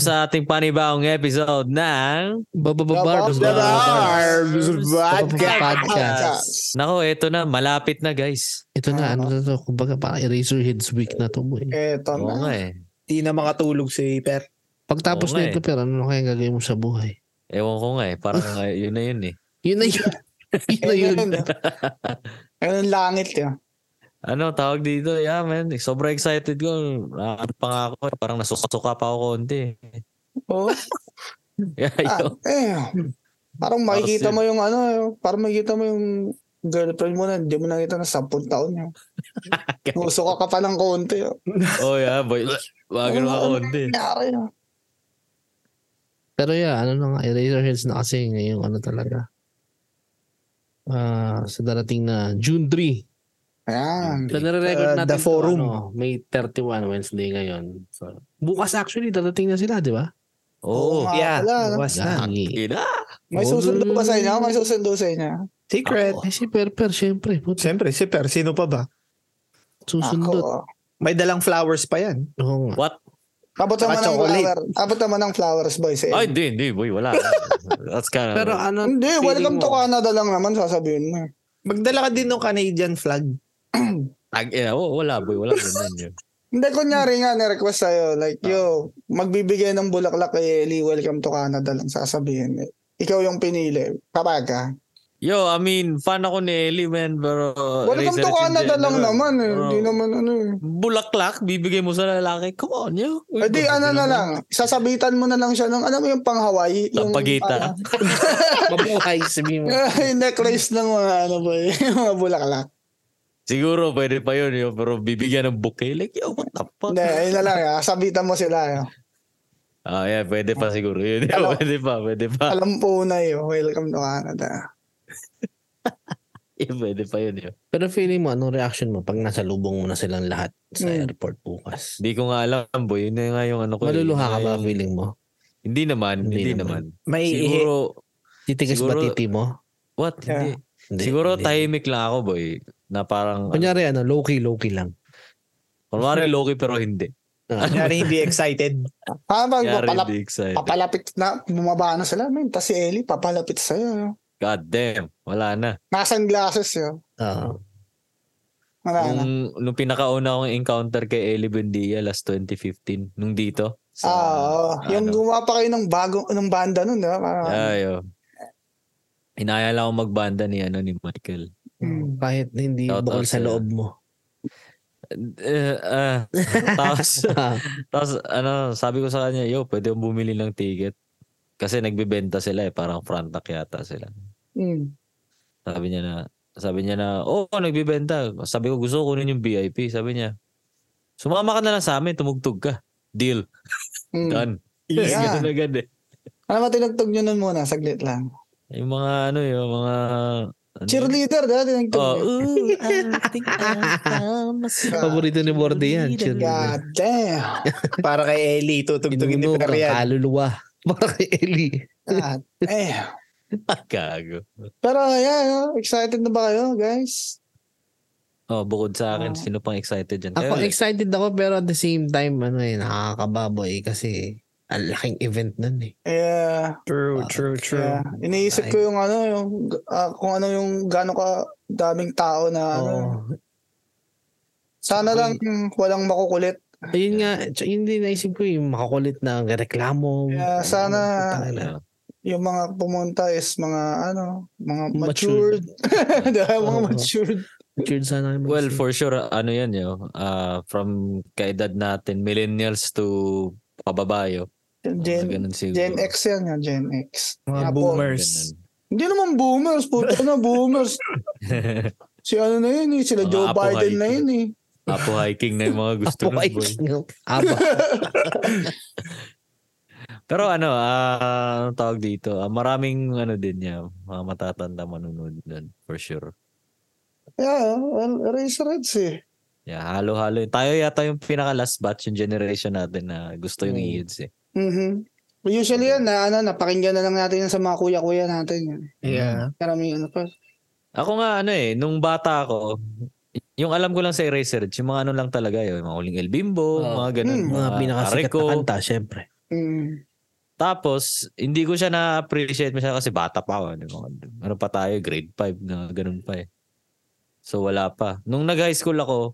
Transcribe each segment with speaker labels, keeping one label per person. Speaker 1: sa ating panibawang episode ng...
Speaker 2: Babababarbs.
Speaker 1: The
Speaker 2: Bababarbs.
Speaker 1: Barbs
Speaker 2: Babababarbs Podcast.
Speaker 1: Nako, eto na. Malapit na, guys.
Speaker 2: Ito na, ano na to? Kumbaga parang eraser heads week na to. Boy.
Speaker 3: Eto
Speaker 1: Oo
Speaker 3: na.
Speaker 1: nga eh.
Speaker 3: Di na makatulog si Pep.
Speaker 2: Pagtapos
Speaker 1: Oo nga
Speaker 2: na ito, pero ano kaya gagawin mo sa buhay?
Speaker 1: Ewan ko nga eh. Parang eh, yun na yun eh.
Speaker 2: Yun na yun.
Speaker 3: Eh,
Speaker 2: yun na Ano yun.
Speaker 3: Ganun langit eh. yun.
Speaker 1: Ano, tawag dito. Yeah, man. Sobrang excited ko. Ah, Ano pa nga ako. eh, Parang nasuka-suka pa ako konti. eh.
Speaker 3: Oo.
Speaker 1: Yeah,
Speaker 3: Oh,
Speaker 1: yun.
Speaker 3: Ah, eh, parang makikita
Speaker 1: Tapos yun.
Speaker 3: mo yung ano, parang makikita mo yung girlfriend mo na hindi mo nakita na 10 taon yun. Gusto ka ka pa ng konti. yun.
Speaker 1: oh, yeah, boy. Bago na konti.
Speaker 3: Nangyari oh. yun.
Speaker 2: Pero yeah, ano na nga, eraser heads na kasi ngayong ano talaga. Ah, sa darating na June 3.
Speaker 3: Ayan.
Speaker 2: So, nare-record
Speaker 3: Uh,
Speaker 2: natin
Speaker 3: the
Speaker 2: to,
Speaker 3: forum.
Speaker 2: ano, May 31 Wednesday ngayon. So, bukas actually, darating na sila, di ba?
Speaker 1: Oo.
Speaker 3: nga
Speaker 4: yeah,
Speaker 3: pala, no?
Speaker 4: bukas na.
Speaker 2: Gangi.
Speaker 1: Ina.
Speaker 3: May susundo ba sa inyo? May susundo sa inyo?
Speaker 4: Secret.
Speaker 2: Eh, si Perper, syempre. Put,
Speaker 4: Siyempre, si Per, sino pa ba?
Speaker 2: susundot.
Speaker 3: Ako. oh.
Speaker 4: May dalang flowers pa yan.
Speaker 2: Oo nga.
Speaker 1: What?
Speaker 3: Abot
Speaker 4: Tsaka
Speaker 3: naman ng
Speaker 4: chocolate.
Speaker 3: flower. Abot naman ng flowers, boys. Eh.
Speaker 1: Ay, hindi, hindi, boy. Wala. That's kind of...
Speaker 2: Pero ano,
Speaker 3: hindi,
Speaker 2: feeling
Speaker 3: welcome to
Speaker 2: mo?
Speaker 3: Canada lang naman, sasabihin mo.
Speaker 4: Magdala ka din ng Canadian flag.
Speaker 3: ah.
Speaker 1: Tag, eh, oh, wala, boy. Wala ganyan yun.
Speaker 3: Hindi, kunyari nga, nirequest sa'yo, like,
Speaker 2: Ah.
Speaker 3: yo, magbibigay ng bulaklak kay Eli, welcome to Canada lang, sasabihin. Eh, Ikaw yung pinili. Kapag ka.
Speaker 1: Yo, I mean, fan ako ni Ellie, man, pero...
Speaker 2: Oh,
Speaker 3: Welcome
Speaker 1: research
Speaker 3: to
Speaker 1: in
Speaker 3: Canada lang
Speaker 1: general,
Speaker 3: naman eh.
Speaker 1: bro.
Speaker 3: Hindi naman ano eh.
Speaker 1: Bulaklak, bibigay mo sa lalaki. Come on, yo.
Speaker 3: Eh, di ano na lang, sasabitan mo na lang siya ng, alam mo yung pang Hawaii? Yung,
Speaker 1: Lampagita.
Speaker 2: mabuhay, sabihin mo.
Speaker 3: ah, yung necklace ng mga ano ba eh, mga bulaklak.
Speaker 1: Siguro, pwede pa yun, yo. Pero bibigyan ng bouquet. Like, yo, what the fuck?
Speaker 3: Hindi, ayun na lang, ah, sabitan mo sila. eh.
Speaker 1: Ah, yeah, pwede pa siguro yun. yo.
Speaker 3: Alam-
Speaker 1: pwede pa, pwede pa.
Speaker 3: Alam po na yun, welcome to Canada.
Speaker 1: Yeah, pwede pa yun, yo.
Speaker 2: Pero feeling mo, anong reaction mo pag nasa lubong mo na silang lahat sa
Speaker 1: Hmm.
Speaker 3: Mm.
Speaker 2: airport bukas?
Speaker 1: Hindi ko nga alam, boy. Yun na nga yung ano ko. eh.
Speaker 2: Maluluha ka
Speaker 1: Yun na
Speaker 2: ba
Speaker 1: yung-
Speaker 2: feeling mo?
Speaker 1: Hindi naman,
Speaker 2: Hindi
Speaker 1: hindi
Speaker 2: naman.
Speaker 1: naman.
Speaker 4: May
Speaker 1: Siguro,
Speaker 2: Titigas ba
Speaker 1: Siguro-
Speaker 2: titi mo?
Speaker 1: what? Hindi.
Speaker 2: Hindi,
Speaker 1: Siguro
Speaker 2: hindi.
Speaker 1: tahimik lang ako, boy. Na parang, ano,
Speaker 2: Kunyari ano, low-key, low-key lang.
Speaker 1: kunwari Loki pero hindi.
Speaker 4: Nangyari hindi excited.
Speaker 3: Habang
Speaker 1: Kunyari
Speaker 3: papalap,
Speaker 1: hindi excited.
Speaker 3: papalapit na, bumaba na sila, man. Tapos si Eli, papalapit sa'yo.
Speaker 1: God damn, wala na.
Speaker 3: Naka-sunglasses yun.
Speaker 2: Ah,
Speaker 3: Wala na.
Speaker 1: Nung, nung pinakauna kong encounter kay Eli Buendia last 2015, nung dito. Sa,
Speaker 3: Ah, oo. yung
Speaker 1: ano.
Speaker 3: gumawa pa kayo ng bagong ng banda nun, di ba? Parang,
Speaker 1: Ayo. Inaya oh. lang ako magbanda ni, ano, ni Michael.
Speaker 3: Mm.
Speaker 2: kahit hindi
Speaker 1: Hmm. Shout out
Speaker 2: bukol sa
Speaker 1: sa'yo.
Speaker 2: loob mo.
Speaker 1: Eh, ah, tapos,
Speaker 2: Ah,
Speaker 1: tapos, ano, sabi ko sa kanya, yo, pwede akong bumili ng ticket. Kasi nagbebenta sila eh, parang frontak yata sila.
Speaker 3: mm.
Speaker 1: Sabi niya na, sabi niya na, oh, nagbibenta. Sabi ko, gusto ko kunin yung VIP. Sabi niya, sumama ka na lang sa amin, tumugtog ka. Deal.
Speaker 3: Mm.
Speaker 1: Done.
Speaker 3: Yeah.
Speaker 1: Ganun agad eh.
Speaker 3: Ano ba tinugtog nyo nun muna? Saglit lang.
Speaker 1: Yung mga ano, yung mga... Ano,
Speaker 3: Cheerleader, di ba? Tinugtog
Speaker 1: Oh,
Speaker 3: nyo?
Speaker 1: ooh, I think I found myself.
Speaker 2: Paborito ni Borde yan. cheerleader.
Speaker 3: God damn.
Speaker 4: Para kay Ellie, tutugtugin ni
Speaker 2: Inunog
Speaker 4: Per
Speaker 2: ang
Speaker 4: yan.
Speaker 2: kaluluwa. Para kay Ellie.
Speaker 3: God damn.
Speaker 1: Gago.
Speaker 3: Pero yeah, yeah, excited na ba kayo, guys?
Speaker 1: Oh, bukod sa akin,
Speaker 3: Ah.
Speaker 1: sino pang excited dyan?
Speaker 2: Ako
Speaker 1: Kayo,
Speaker 2: excited ako pero at the same time, ano eh, nakakababoy kasi ang laking event nun eh.
Speaker 3: Yeah.
Speaker 2: Ah,
Speaker 4: True, true,
Speaker 3: yeah.
Speaker 4: true.
Speaker 3: Iniisip ko yung ano, yung ah, kung ano yung gano'n ka daming tao na ano.
Speaker 2: Oo.
Speaker 3: Sana lang mm, walang makukulit.
Speaker 2: Ayun nga, tsaka yun din naisip ko yung makakulit na reklamo.
Speaker 3: Yeah, sana-
Speaker 2: Putang ina.
Speaker 1: Yeah.
Speaker 3: Yung mga pumunta is mga ano, mga
Speaker 2: Matured.
Speaker 3: matured. Di ba? mga
Speaker 2: Oo.
Speaker 3: matured.
Speaker 2: Matured sana yung mga
Speaker 1: Well,
Speaker 2: isip.
Speaker 1: for sure, ano yan, yo. Ah, from kaedad natin, millennials to pababayo.
Speaker 3: Gen,
Speaker 1: ganun siguro.
Speaker 3: Gen X yan nga, Gen X.
Speaker 4: Mga
Speaker 3: Apo.
Speaker 4: boomers.
Speaker 3: Hindi naman boomers, puto na boomers.
Speaker 1: Ganun.
Speaker 3: Si ano na yun eh, sila
Speaker 1: Mga
Speaker 3: Joe
Speaker 1: apo
Speaker 3: Biden
Speaker 1: hiking.
Speaker 3: na yun eh.
Speaker 1: Apo hiking na yung mga gusto
Speaker 2: Apo,
Speaker 1: nun,
Speaker 2: ay,
Speaker 1: boy.
Speaker 2: Aba.
Speaker 1: Pero ano, ah, anong tawag dito? Ah, maraming ano din niya, mga matatanda manunod dun, for sure.
Speaker 3: Yeah, well, Eraserheads eh.
Speaker 1: Yeah, halo-halo. Tayo yata yung pinaka last batch yung generation natin na gusto yung
Speaker 2: Hmm.
Speaker 1: EADS eh.
Speaker 3: Mhm. Usually yan, na, ano, napakinggan na lang natin yan sa mga kuya-kuya natin. Yan.
Speaker 4: Yeah.
Speaker 3: Karamihan ano pa.
Speaker 1: Ako nga ano eh, nung bata ako, yung alam ko lang sa Eraser, yung mga ano lang talaga, yung mga huling El Bimbo,
Speaker 2: Oo. Mm,
Speaker 1: mga ganun.
Speaker 3: Hmm.
Speaker 2: Mga pinakasikat
Speaker 1: Areco.
Speaker 2: na kanta, syempre.
Speaker 3: Mm.
Speaker 1: Tapos, hindi ko siya na-appreciate masyado kasi bata pa ako. Ano, mga- ano pa tayo, grade 5 na ganun pa eh. So wala pa. Nung nag-high school ako,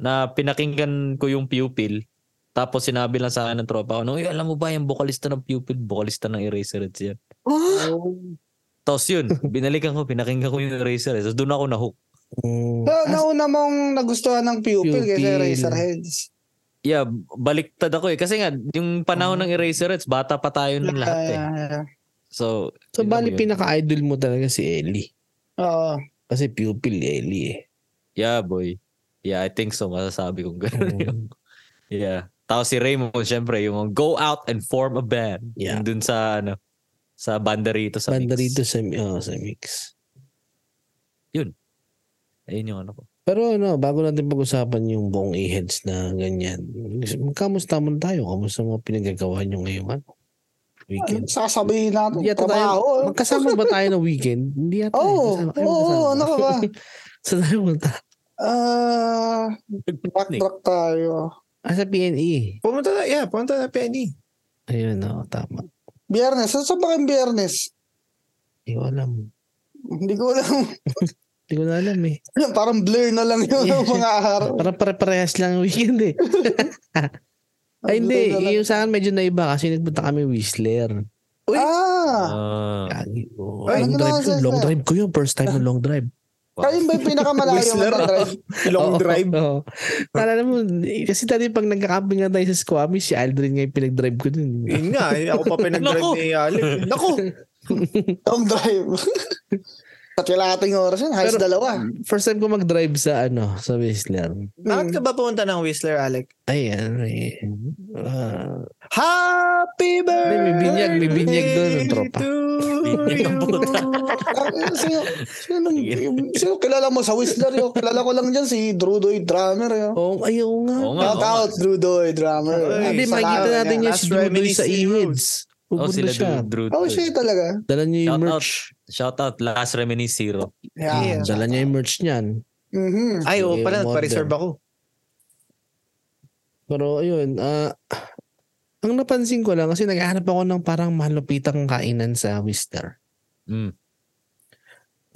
Speaker 1: na pinakinggan ko yung pupil, tapos sinabi lang sa akin ng tropa ko, Uy, alam mo ba yung vocalista ng pupil, vocalista ng Eraserheads yan.
Speaker 3: Ah!
Speaker 1: Tapos yun, binalikan ko, pinakinggan ko yung Eraserheads. Tapos doon ako na-hook.
Speaker 2: Mm.
Speaker 3: So,
Speaker 1: Ah,
Speaker 3: nauna mong nagustuhan ng pupil, kaysa
Speaker 2: Pupil.
Speaker 3: Razorheads.
Speaker 1: Yeah, baliktad ako eh. Kasi nga, yung panahon ng Eraserheads, bata pa tayo ng lahat eh.
Speaker 3: Yeah, Ah, yeah.
Speaker 1: So,
Speaker 2: So,
Speaker 1: yun
Speaker 2: bali
Speaker 1: yun.
Speaker 2: pinaka-idol mo talaga si Ellie.
Speaker 3: Oo.
Speaker 2: Kasi pupil ni Ellie eh.
Speaker 1: Yeah, boy. Yeah, I think so. Masasabi kong gano'n
Speaker 2: Mm.
Speaker 1: yung... Yeah. Tapos si Raymond, syempre, yung go out and form a band.
Speaker 2: Yeah.
Speaker 1: Yung dun sa, ano, sa banda rito sa
Speaker 2: Banda
Speaker 1: mix.
Speaker 2: rito sa, oh, sa mix.
Speaker 1: Ayun yung ano ko.
Speaker 2: Pero ano, bago natin pag-usapan yung buong e-heads na ganyan, kamusta man tayo? Kamusta mga pinagagawa nyo ngayong ano? Weekend?
Speaker 3: Sasabihin natin,
Speaker 2: Hindi yata tayo,
Speaker 3: trabaho.
Speaker 2: magkasama ba tayo ng weekend? Hindi yata. eh.
Speaker 3: Ah, Oo,
Speaker 2: Kasama- ay,
Speaker 3: oo,
Speaker 2: magkasama.
Speaker 3: ano ka ba?
Speaker 2: Saan tayo punta?
Speaker 3: Ah,
Speaker 1: Picnic.
Speaker 3: backtrack tayo.
Speaker 2: Ah, sa PNE.
Speaker 4: Pumunta na, yeah, pumunta na PNE.
Speaker 2: Ayun, oo, tama.
Speaker 3: Biyernes. Saan sa bakit biyernes?
Speaker 2: Hindi ko alam.
Speaker 3: Hindi ko alam.
Speaker 2: Hindi ko na alam eh.
Speaker 3: Parang blur na lang yun ang mga araw.
Speaker 2: Parang pare-parehas lang ang weekend eh. Ay, hindi.
Speaker 3: Blur na lang.
Speaker 2: Yung sa akin medyo naiba kasi nagpunta kami Whistler.
Speaker 3: Ah!
Speaker 1: Ah,
Speaker 2: Yagi. Oh,
Speaker 3: Ay,
Speaker 2: long
Speaker 3: ano
Speaker 2: drive
Speaker 3: naman
Speaker 2: yun.
Speaker 3: sa-
Speaker 2: Long drive ko yun. First time na long drive.
Speaker 1: wow.
Speaker 3: Kayo ba yung pinakamalayo
Speaker 4: Ah, Whistler.
Speaker 3: mo drive?
Speaker 4: Long
Speaker 2: Oo,
Speaker 4: drive.
Speaker 2: Oo. Naalala mo, eh, kasi dati pag nagka-camping nga tayo sa Squamish, si Aldrin nga yung pinag-drive ko dun.
Speaker 4: Yun nga, eh, ako pa pinag-drive
Speaker 1: Naku.
Speaker 4: ni Alec. Naku!
Speaker 3: Long drive. At wala ating oras yun. Halos
Speaker 2: Pero-
Speaker 3: dalawa.
Speaker 4: Hmm.
Speaker 2: First time ko mag-drive sa ano, sa Whistler.
Speaker 4: Bakit ka ba pumunta ng Whistler, Alec?
Speaker 2: Ay, ano eh. Ah,
Speaker 4: Happy birthday!
Speaker 2: may binyag, may binyag doon, yung tropa.
Speaker 4: to
Speaker 1: Binyag ang puta.
Speaker 4: you.
Speaker 3: Ah, sino, sino, sino kilala mo sa Whistler yo? Kilala ko lang dyan si Drudoy Drummer yo.
Speaker 2: Oo, oh, ayaw nga.
Speaker 1: Oo nga,
Speaker 3: Shout
Speaker 1: oo
Speaker 3: out Drudoy Drummer.
Speaker 4: Ay,
Speaker 2: Sabi,
Speaker 4: sa
Speaker 2: makikita
Speaker 4: laban
Speaker 2: natin
Speaker 4: niya.
Speaker 2: yan si
Speaker 4: Last
Speaker 2: Dudoy
Speaker 4: Remedy
Speaker 2: sa
Speaker 4: Sea Road.
Speaker 2: E-Heads.
Speaker 1: Oh,
Speaker 2: Pupunta
Speaker 1: sila
Speaker 2: siya.
Speaker 1: Drew, Drew.
Speaker 3: Oh shit talaga.
Speaker 2: Dala niya
Speaker 1: Shout out.
Speaker 2: yung merch.
Speaker 1: Shout out, last Remini Zero.
Speaker 3: Yeah.
Speaker 4: Yeah.
Speaker 2: Hmm, Dala niya yung merch niyan.
Speaker 3: Mhm.
Speaker 4: Ay, oo
Speaker 2: Sige,
Speaker 4: pala,
Speaker 2: modern.
Speaker 4: nagpa-reserve ako.
Speaker 2: Pero ayun, ah, ang napansin ko lang kasi naghahanap ako ng parang malupitang kainan sa Whistler.
Speaker 1: Mm.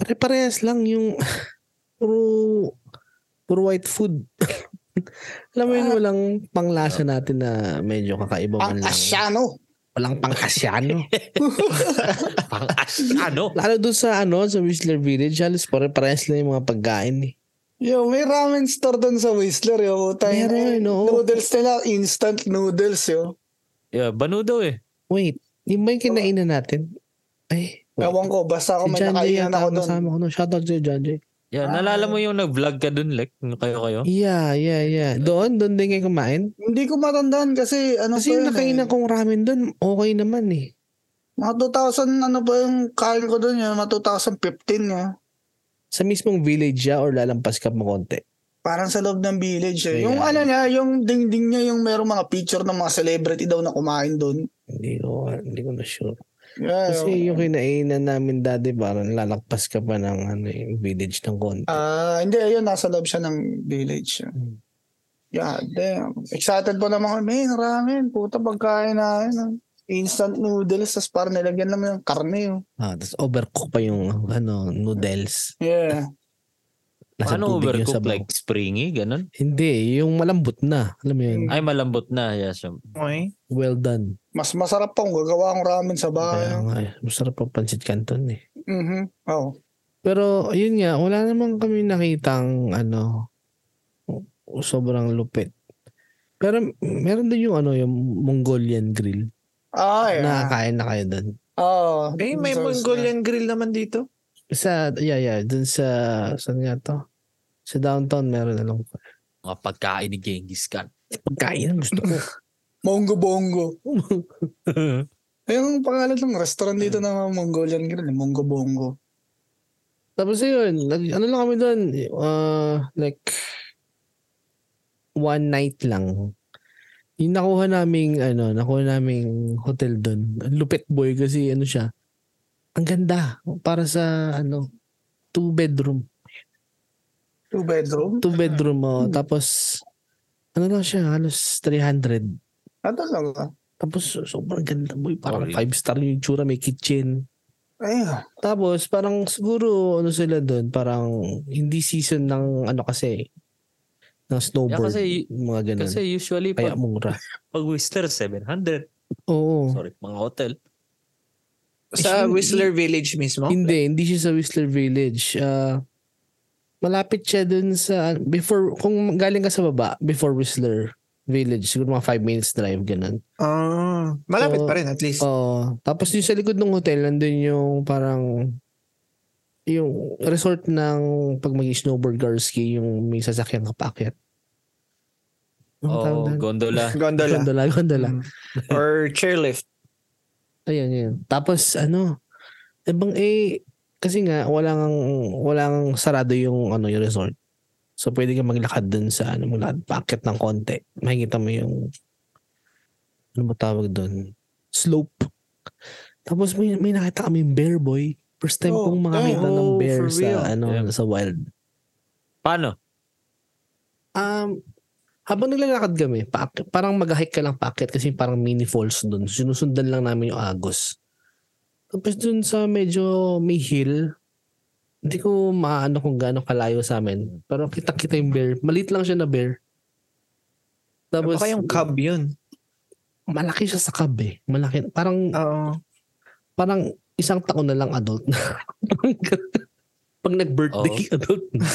Speaker 2: Pare-parehas lang yung puro puro white food. Alam mo yun,
Speaker 3: Ah.
Speaker 2: walang panglasa natin na medyo kakaiba man
Speaker 3: Ang
Speaker 2: lang.
Speaker 3: asyano.
Speaker 2: Walang pang-asyano.
Speaker 1: Pang ano?
Speaker 2: Lalo doon sa ano, sa Whistler Village, halos pare-parehas lang yung mga pagkain eh.
Speaker 3: Yo, may ramen store doon sa Whistler yo. Tayo
Speaker 2: Meron, oo.
Speaker 3: Noodles nila, instant noodles yo.
Speaker 1: Yeah, Banudo eh.
Speaker 2: Wait, yung ba yung kinainan natin? Ay, wait.
Speaker 3: Ewan ko, basta
Speaker 2: Oh. si
Speaker 3: ako may
Speaker 2: John Jay
Speaker 3: nakainan
Speaker 2: yata
Speaker 3: ako
Speaker 2: ang
Speaker 3: doon.
Speaker 2: kasama ko. No? Shoutout sa'yo, John Jay.
Speaker 1: Yeah,
Speaker 3: Ah.
Speaker 1: nalala mo yung nag-vlog ka dun, Lek? Yung Kayo-kayo?
Speaker 2: Yeah, yeah, yeah. Doon, doon din kayo kumain.
Speaker 3: Hindi ko matandaan kasi ano
Speaker 2: Kasi yung
Speaker 3: pa yun,
Speaker 2: nakainan
Speaker 3: eh.
Speaker 2: kong ramen doon, okay naman eh.
Speaker 3: Mga 2000 ano pa yung kain ko doon yun, mga 2015 nga.
Speaker 2: Sa mismong village siya or lalampas ka mo konti.
Speaker 3: Parang sa loob ng village. Eh. Yung
Speaker 2: Yeah.
Speaker 3: ano niya, yung dingding niya, yung merong mga picture ng mga celebrity daw na kumain doon.
Speaker 2: Hindi ko, hindi ko na sure.
Speaker 3: Yeah,
Speaker 2: Kasi yung kinainan namin dati parang lalakpas ka pa ng ano, yung village ng konti.
Speaker 3: Ah, hindi, ayun, nasa loob siya ng village.
Speaker 2: Hmm.
Speaker 3: God damn. Excited pa naman kami, man, ramen, puta pagkain na, yun, ah. instant noodles, tapos parang nilagyan naman ng karne. Oh.
Speaker 2: Ah, tapos overcook pa yung ano, noodles.
Speaker 3: Yeah.
Speaker 2: Nasa
Speaker 1: Paano
Speaker 2: tubig yung
Speaker 1: overcooked?
Speaker 2: sabaw.
Speaker 1: Like springy, ganun?
Speaker 2: Hindi, yung malambot na. Alam mo yun,
Speaker 3: Mm.
Speaker 1: Ay, malambot na. Yeah, siya.
Speaker 4: Okay.
Speaker 2: well done.
Speaker 3: Mas masarap pa kung gagawa akong ramen sa
Speaker 2: Kaya
Speaker 3: bahay.
Speaker 2: nga, eh, masarap pa pancit canton eh.
Speaker 3: Mhm. Oh.
Speaker 2: Pero yun nga, wala namang kami nakitang ano, sobrang lupit. Pero meron din yung ano, yung Mongolian grill.
Speaker 3: Ah, yeah.
Speaker 2: Nakakain na kayo doon.
Speaker 3: oh.
Speaker 4: Eh, may
Speaker 3: Source
Speaker 4: Mongolian grill naman dito.
Speaker 2: Sa, yeah, yeah, dun sa, saan nga to? Sa downtown meron, alam ko.
Speaker 1: Mga pagkain ni Genghis Khan.
Speaker 2: Pagkain, gusto ko.
Speaker 3: na. Mongo Bongo. Ayun ang pangalan ng restaurant dito na Mongolian grill, eh, Mongo Bongo.
Speaker 2: Tapos yun, nag, ano lang kami doon, uh, like, one night lang. Yung nakuha naming, ano, nakuha naming hotel doon. Lupit boy kasi, ano siya, ang ganda para sa, ano, two bedroom.
Speaker 3: Two bedroom?
Speaker 2: Two bedroom, oh. Tapos, ano lang siya, halos 300.
Speaker 3: Ah, talaga.
Speaker 2: Tapos sobrang ganda boy.
Speaker 1: Oh,
Speaker 2: Parang
Speaker 1: yun.
Speaker 2: five star yung itsura. May kitchen.
Speaker 3: Ayun.
Speaker 2: Tapos parang siguro ano sila doon. Parang hindi season ng ano kasi. Ng snowboard.
Speaker 1: kasi-
Speaker 2: mga ganun.
Speaker 1: Kasi usually
Speaker 2: Kaya
Speaker 1: pag,
Speaker 2: mura.
Speaker 1: pag Whistler, 700.
Speaker 2: Oo.
Speaker 1: Sorry, mga hotel.
Speaker 4: Sa
Speaker 2: Hindi.
Speaker 4: Whistler Village mismo?
Speaker 2: Hindi, hindi siya sa Whistler Village. Ah, malapit siya dun sa, before, kung galing ka sa baba, before Whistler Village, siguro mga 5 minutes drive, ganun.
Speaker 4: Ah, malapit
Speaker 2: So,
Speaker 4: pa rin at least.
Speaker 2: Oo. tapos yung sa likod ng hotel, nandun yung parang, yung resort ng pag mag snowboard car ski, yung may sasakyan ka paakyat. Ano tawag
Speaker 1: Oh,
Speaker 2: doon?
Speaker 1: gondola.
Speaker 4: gondola.
Speaker 2: Gondola, gondola.
Speaker 4: Mm. Or chairlift.
Speaker 2: Ayan, ayan. Tapos ano, ibang eh, kasi nga wala ngang wala ngang sarado yung ano yung resort. So pwede kang maglakad dun sa ano mo lakad packet ng konti. Makikita mo yung ano ba tawag dun? Slope. Tapos may, may nakita kami bear boy. First time
Speaker 3: Oh,
Speaker 2: kong makakita
Speaker 4: damn.
Speaker 2: ng
Speaker 4: Oh,
Speaker 2: bear
Speaker 4: for real.
Speaker 2: sa ano
Speaker 1: Yeah.
Speaker 2: sa wild.
Speaker 1: Paano?
Speaker 2: Um, habang naglalakad kami, paak- parang mag-hike ka lang packet kasi parang mini falls doon. Sinusundan lang namin yung Agos. Tapos doon sa medyo may hill, hindi ko maano kung gaano kalayo sa amin. Pero kita-kita yung bear. Malit lang siya na bear. Tapos,
Speaker 4: Baka yung cub yun.
Speaker 2: malaki siya sa cub eh. Malaki. Parang,
Speaker 4: Oo.
Speaker 2: parang isang taon na lang adult na. Pag nag-birthday, adult na.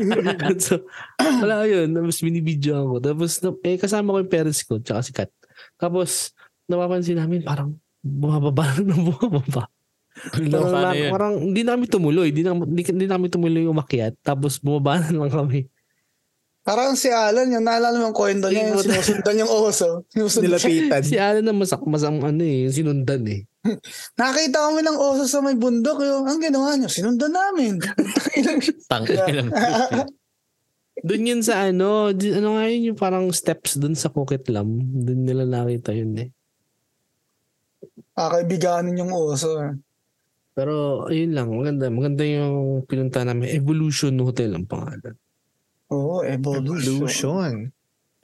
Speaker 2: so, wala yun. Tapos binibidyo ako. Tapos, na- eh, kasama ko yung parents ko, tsaka si Kat. Tapos, napapansin namin, parang bumababa na ng bumababa. Parang,
Speaker 1: Paano
Speaker 2: na-
Speaker 1: yun?
Speaker 2: parang hindi namin tumuloy. Hindi, na, hindi, hindi namin tumuloy umakyat. Tapos bumaba na lang kami.
Speaker 3: Parang si Alan, yung naalala mo yung kwento niya, yung
Speaker 2: Ikot.
Speaker 3: sinusundan yung oso. Sinusundan siya.
Speaker 4: Nilapitan.
Speaker 2: Si Alan na masak, masam, ano eh, sinundan eh.
Speaker 3: Nakita kami ng oso sa may bundok. Yung, ang ginawa niyo, sinundan namin.
Speaker 1: Tang ilang.
Speaker 2: Doon yun sa ano, di- ano nga yun yung parang steps doon sa Kukitlam. Doon nila nakita yun eh.
Speaker 3: Kakaibiganin Ah, yung oso. eh.
Speaker 2: Pero yun lang, maganda. Maganda yung pinunta namin. Evolution Hotel ang pangalan.
Speaker 3: Oo, eh, evolution.
Speaker 4: Evolution.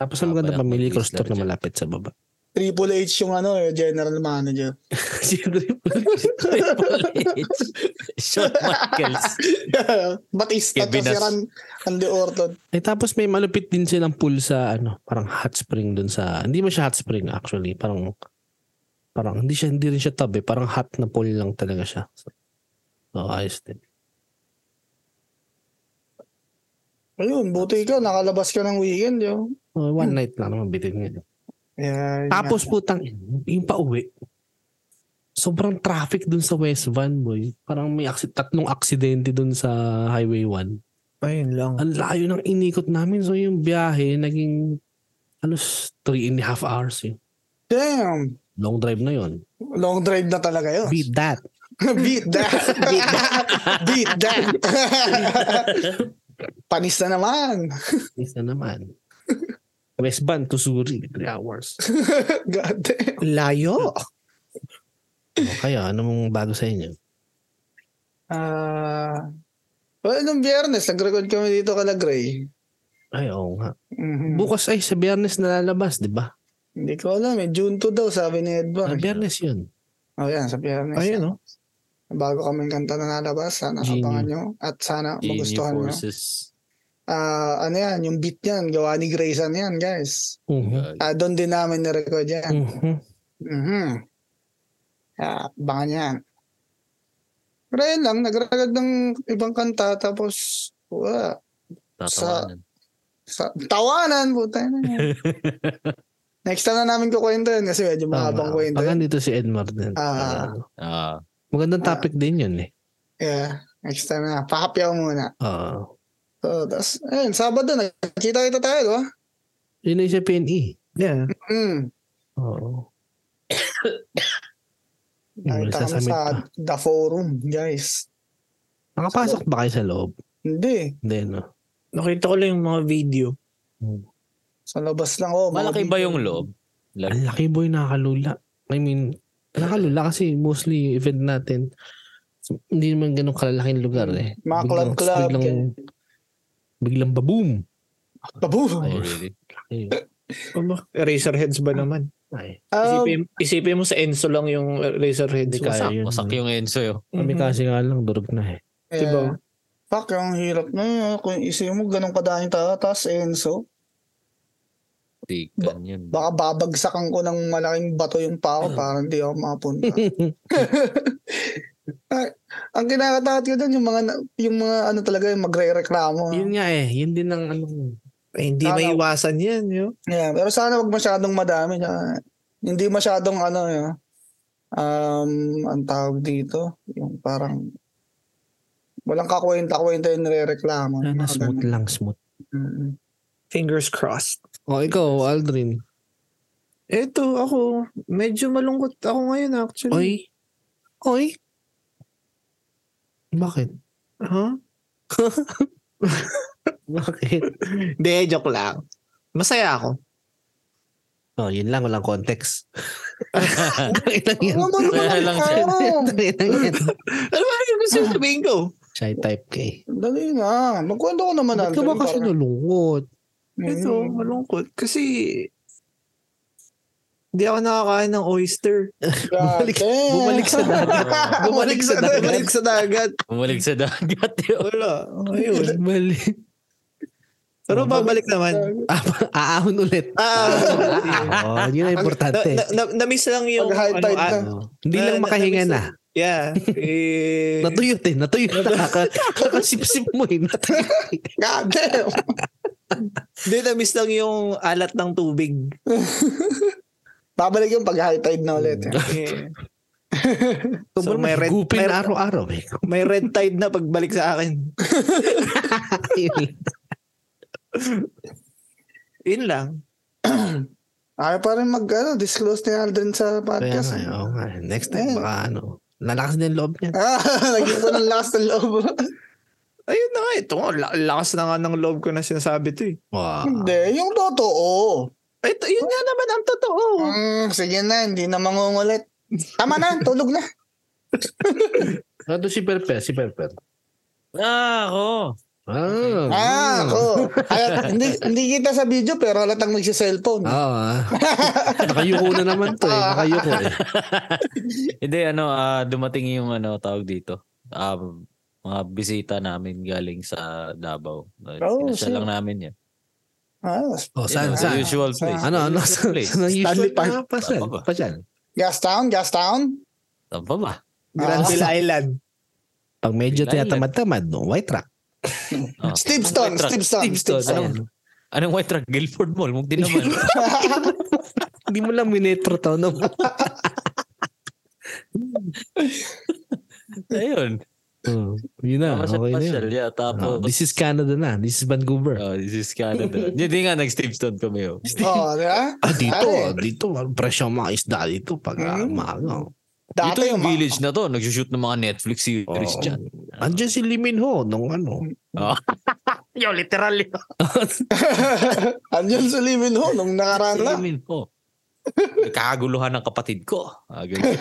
Speaker 2: Tapos
Speaker 1: Ah,
Speaker 2: ang maganda
Speaker 1: pala,
Speaker 2: pa, may
Speaker 1: may
Speaker 2: liquor
Speaker 1: liquor
Speaker 2: store na
Speaker 1: dyan.
Speaker 2: malapit sa baba.
Speaker 3: Triple H yung ano, eh, general manager.
Speaker 2: Siyempre,
Speaker 1: Triple H. Shawn Michaels.
Speaker 3: Batista at si
Speaker 1: Kevinas.
Speaker 3: Ran, Randy Orton.
Speaker 2: eh, tapos may malupit din silang pool sa ano, parang hot spring dun sa, hindi mo siya hot spring actually, parang parang hindi siya hindi rin siya tabi, parang hot na pool lang talaga siya. So, so ayos din.
Speaker 3: Ayun, buti ikaw, nakalabas ka ng weekend. Yo.
Speaker 2: Oh, one night lang naman bitin yun.
Speaker 3: Ayan,
Speaker 2: Tapos putang yung pauwi. Sobrang traffic dun sa West Van, boy. Parang may aksi- tatlong aksidente dun sa Highway 1.
Speaker 4: Ayun lang.
Speaker 2: ang layo ng inikot namin. So yung biyahe, naging alos three and a half hours yun.
Speaker 3: Damn.
Speaker 2: Long drive na yun.
Speaker 3: Long drive na talaga yun.
Speaker 2: Beat that.
Speaker 3: Beat that. Beat that. Beat that. Panis na naman.
Speaker 2: Is na naman. West Band to Suri, three hours.
Speaker 3: God
Speaker 4: eh.
Speaker 3: damn.
Speaker 4: Layo.
Speaker 2: O, kaya, ano mong bago sa inyo?
Speaker 3: Ah. well, nung biyernes, nag-record kami dito kala Gray.
Speaker 2: Ay, oo nga.
Speaker 3: Mhm.
Speaker 2: Bukas ay, sa biyernes nalalabas, di ba?
Speaker 3: Hindi ko alam. Eh. June 2 daw, sabi ni
Speaker 2: Sa
Speaker 3: Edward.
Speaker 2: biyernes yun.
Speaker 3: Oh, yan, sa biyernes.
Speaker 4: Ayun oh.
Speaker 3: Bago kaming kanta na nalabas, sana
Speaker 2: Genie.
Speaker 3: abangan nyo. At sana
Speaker 1: Genie
Speaker 2: ano?
Speaker 3: magustuhan nyo.
Speaker 1: Forces.
Speaker 3: Ah, ano yan, yung beat yan, gawa ni Grayson yan, guys.
Speaker 2: Uh-huh.
Speaker 1: Gag.
Speaker 3: Ah, doon din namin na-record yan.
Speaker 2: Uh-huh.
Speaker 3: Mhm. Ah, abangan yan. Pero yun lang, nagragad ng ibang kanta tapos wala.
Speaker 1: Tatawanan.
Speaker 3: Sa, tawanan, puta na yan. Next time na namin kukwento yun kasi medyo mahabang kwento
Speaker 2: Baka
Speaker 3: yun.
Speaker 2: dito si Edmar din. Ah,
Speaker 3: Ah.
Speaker 1: Ah,
Speaker 2: magandang topic din yun eh.
Speaker 3: Yeah, next time na. Pakapyaw muna.
Speaker 2: Ah.
Speaker 3: So, tapos, ayun, Sabado, nagkita-kita tayo, di ba?
Speaker 2: yun ay sa PNE.
Speaker 4: Yeah.
Speaker 3: Mm.
Speaker 2: Oo. Yung
Speaker 3: Nakita kami
Speaker 2: sasamit
Speaker 3: sa
Speaker 2: pa.
Speaker 3: The Forum, guys.
Speaker 2: Nakapasok ba kayo sa loob?
Speaker 3: Hindi.
Speaker 2: Hindi, no?
Speaker 4: Nakita ko lang yung mga video.
Speaker 3: Sa labas lang. Oh, mga
Speaker 1: malaki ba
Speaker 3: big-
Speaker 1: yung loob?
Speaker 2: Ang laki boy, nakakalula. I mean, nakakalula kasi mostly event natin. So, hindi naman ganun kalalaking lugar eh.
Speaker 3: Mga club-club,
Speaker 2: Biglang,
Speaker 3: ganun.
Speaker 2: biglang baboom.
Speaker 3: Babu!
Speaker 2: oh,
Speaker 1: Ay, really?
Speaker 2: Ayun.
Speaker 4: Ano? Oh, Eraserheads ba naman?
Speaker 2: Ay,
Speaker 3: Um,
Speaker 4: Isipin, isipin mo sa Enzo lang yung Razorhead.
Speaker 2: hindi
Speaker 4: Wasak.
Speaker 2: kaya
Speaker 1: Wasak,
Speaker 2: yun.
Speaker 1: wasak yung Enzo eh. yun.
Speaker 2: Kami kasi nga lang, durog na eh.
Speaker 3: Um, yeah.
Speaker 4: diba?
Speaker 3: Fuck, ang hirap na yun. ah. Kung isipin mo, ganun kadaming tao. Tapos Enzo,
Speaker 1: Tikan yun.
Speaker 3: baka babagsakan ko ng malaking bato yung pao
Speaker 2: Ano?
Speaker 3: para hindi ako mapunta. ang kinakatakot ko doon, yung mga, na- yung mga ano talaga, yung magre-reklamo.
Speaker 2: yun nga eh, yun din ang ano.
Speaker 4: Eh, hindi
Speaker 3: Tama.
Speaker 4: maiwasan yan. Yo.
Speaker 3: Yeah, pero sana wag masyadong madami. Tsaka, hindi masyadong ano, yun, um, ang tawag dito, yung parang walang kakwenta-kwenta yung nire-reklamo.
Speaker 2: Sana
Speaker 3: Mga
Speaker 2: smooth
Speaker 3: ganun.
Speaker 2: lang, smooth.
Speaker 3: Mm-mm.
Speaker 4: Fingers crossed.
Speaker 2: O Oh, ikaw, Aldrin.
Speaker 4: Eto, ako, medyo malungkot ako ngayon actually.
Speaker 2: Oy. Oy. Bakit?
Speaker 4: Huh?
Speaker 2: Bakit?
Speaker 4: Hindi, joke lang. Masaya ako.
Speaker 2: Oh, yun lang, walang context. Tangin lang yan.
Speaker 3: Oo, ano ba
Speaker 1: Kaya
Speaker 3: naman
Speaker 1: lang
Speaker 3: tayo?
Speaker 2: Tangin lang yan.
Speaker 4: Ano ba yung gusto yung sabihin ko?
Speaker 2: Shy type ka eh.
Speaker 3: Dali na. Magkwento ko naman.
Speaker 2: Ba't ka ba
Speaker 3: Anthony,
Speaker 2: kasi
Speaker 3: Ano, parang-
Speaker 2: nalungkot?
Speaker 3: Mm.
Speaker 4: Ito, malungkot. Kasi, hindi ako nakakain ng oyster.
Speaker 3: God
Speaker 2: Bumalik-
Speaker 3: damn.
Speaker 2: bumalik sa dagat.
Speaker 3: Ah,
Speaker 4: Bumalik sa dagat. Bumalik sa dagat.
Speaker 1: Bumalik sa dagat yun.
Speaker 4: Wala. Ayun.
Speaker 2: Mali.
Speaker 4: Pero babalik naman.
Speaker 2: Aahon ulit.
Speaker 4: Ah,
Speaker 2: Oh, yun ang importante.
Speaker 4: na, na, na-miss lang yung...
Speaker 3: Pag high tide
Speaker 4: ah,
Speaker 3: na.
Speaker 2: Oh. Hindi lang
Speaker 4: na-
Speaker 2: makahinga
Speaker 4: na-miss
Speaker 2: na.
Speaker 4: Yeah. Eh,
Speaker 2: Natuyot eh. Natuyot na. Kakasip-sip mo eh. Natuyot.
Speaker 3: God damn.
Speaker 4: Hindi, na-miss lang yung alat ng tubig.
Speaker 3: Babalik yung pag high tide na ulit.
Speaker 2: Mm.
Speaker 3: eh.
Speaker 4: Eh,
Speaker 2: So, may red,
Speaker 4: may-
Speaker 2: gupin araw-araw eh.
Speaker 4: may red tide na pagbalik sa akin. Yun lang.
Speaker 3: Ayaw pa rin mag, ano, disclose ni Aldrin sa
Speaker 2: Kaya
Speaker 3: podcast.
Speaker 2: nga,
Speaker 3: eh.
Speaker 2: oo nga. Next time,
Speaker 3: Eh.
Speaker 2: baka ano, lalakas din ang loob niya.
Speaker 3: Ah, naging ko ng lakas ng loob.
Speaker 2: Ah.
Speaker 4: Ayun na nga, ito nga, la- lakas na nga ng love ko na sinasabi to eh.
Speaker 2: Wow.
Speaker 3: Hindi, yung totoo.
Speaker 4: Ito, yun nga naman ang totoo.
Speaker 3: Mm, sige na, hindi na mangungulit. Tama na, tulog na.
Speaker 2: Ano si Perper? Si Perper.
Speaker 1: Ah, ako.
Speaker 2: Ah.
Speaker 3: Ah, ako. Ay, hindi, hindi kita sa video pero halatang nagsiselfone.
Speaker 2: Oo. ah. Nakayuko na naman to eh. Nakayuko eh.
Speaker 1: Hindi, ano, ah, dumating yung ano, tawag dito. Ah, mga bisita namin galing sa Davao.
Speaker 3: Oh,
Speaker 1: Oh,
Speaker 3: shit.
Speaker 1: lang namin yan.
Speaker 3: Ah,
Speaker 1: Yan,
Speaker 2: Oh, saan,
Speaker 1: ah,
Speaker 2: saan?
Speaker 3: Ayos.
Speaker 1: Usual
Speaker 3: Saan?
Speaker 1: place.
Speaker 2: Ano, ano? Saan,
Speaker 1: Place.
Speaker 2: saan ang usual?
Speaker 3: Stanley Park.
Speaker 2: Ah, pa saan?
Speaker 1: Tama ba?
Speaker 2: Pa saan?
Speaker 3: gas town, gas town.
Speaker 1: Saan pa ba?
Speaker 4: Grand
Speaker 3: Ah.
Speaker 4: Hill Island.
Speaker 2: Pag medyo
Speaker 1: Bilayan.
Speaker 2: tinatamad-tamad, no? White rock.
Speaker 1: Oh.
Speaker 3: Steve Stone,
Speaker 1: Anong white
Speaker 3: Steve Stone, Steve Stone.
Speaker 2: Ayan.
Speaker 1: truck? Anong white truck? Guilford Mall. Mugdi naman.
Speaker 2: Hindi mo lang minetro to. No?
Speaker 1: Ayun.
Speaker 2: Oh, yun na.
Speaker 1: Pasyal,
Speaker 2: Okay na yun.
Speaker 1: pasyal. Yeah,
Speaker 2: Oh,
Speaker 1: tapos.
Speaker 2: this is Canada na. This is Vancouver.
Speaker 1: Oh, this is Canada. Hindi nga, nag-Steve Stone kami. Oh.
Speaker 3: Oo, di ba?
Speaker 2: Ah, dito.
Speaker 1: eh.
Speaker 3: Ay.
Speaker 2: ah, Dito. ah, Presyo ang mga isda dito. Pag ah,
Speaker 3: Hmm.
Speaker 2: mahal. oh.
Speaker 3: Dati
Speaker 1: Dito yung
Speaker 3: ma-
Speaker 1: village na to, nagsushoot ng mga Netflix series
Speaker 2: Oo.
Speaker 1: dyan.
Speaker 2: oh. Andiyan si Limin Ho. Nung ano.
Speaker 1: Oh. Yo, literal yun.
Speaker 3: Andyan sa Limin ho, nung nakaraan lang.
Speaker 1: Amin po. Nagkakaguluhan ng kapatid ko. Ah, ganyan.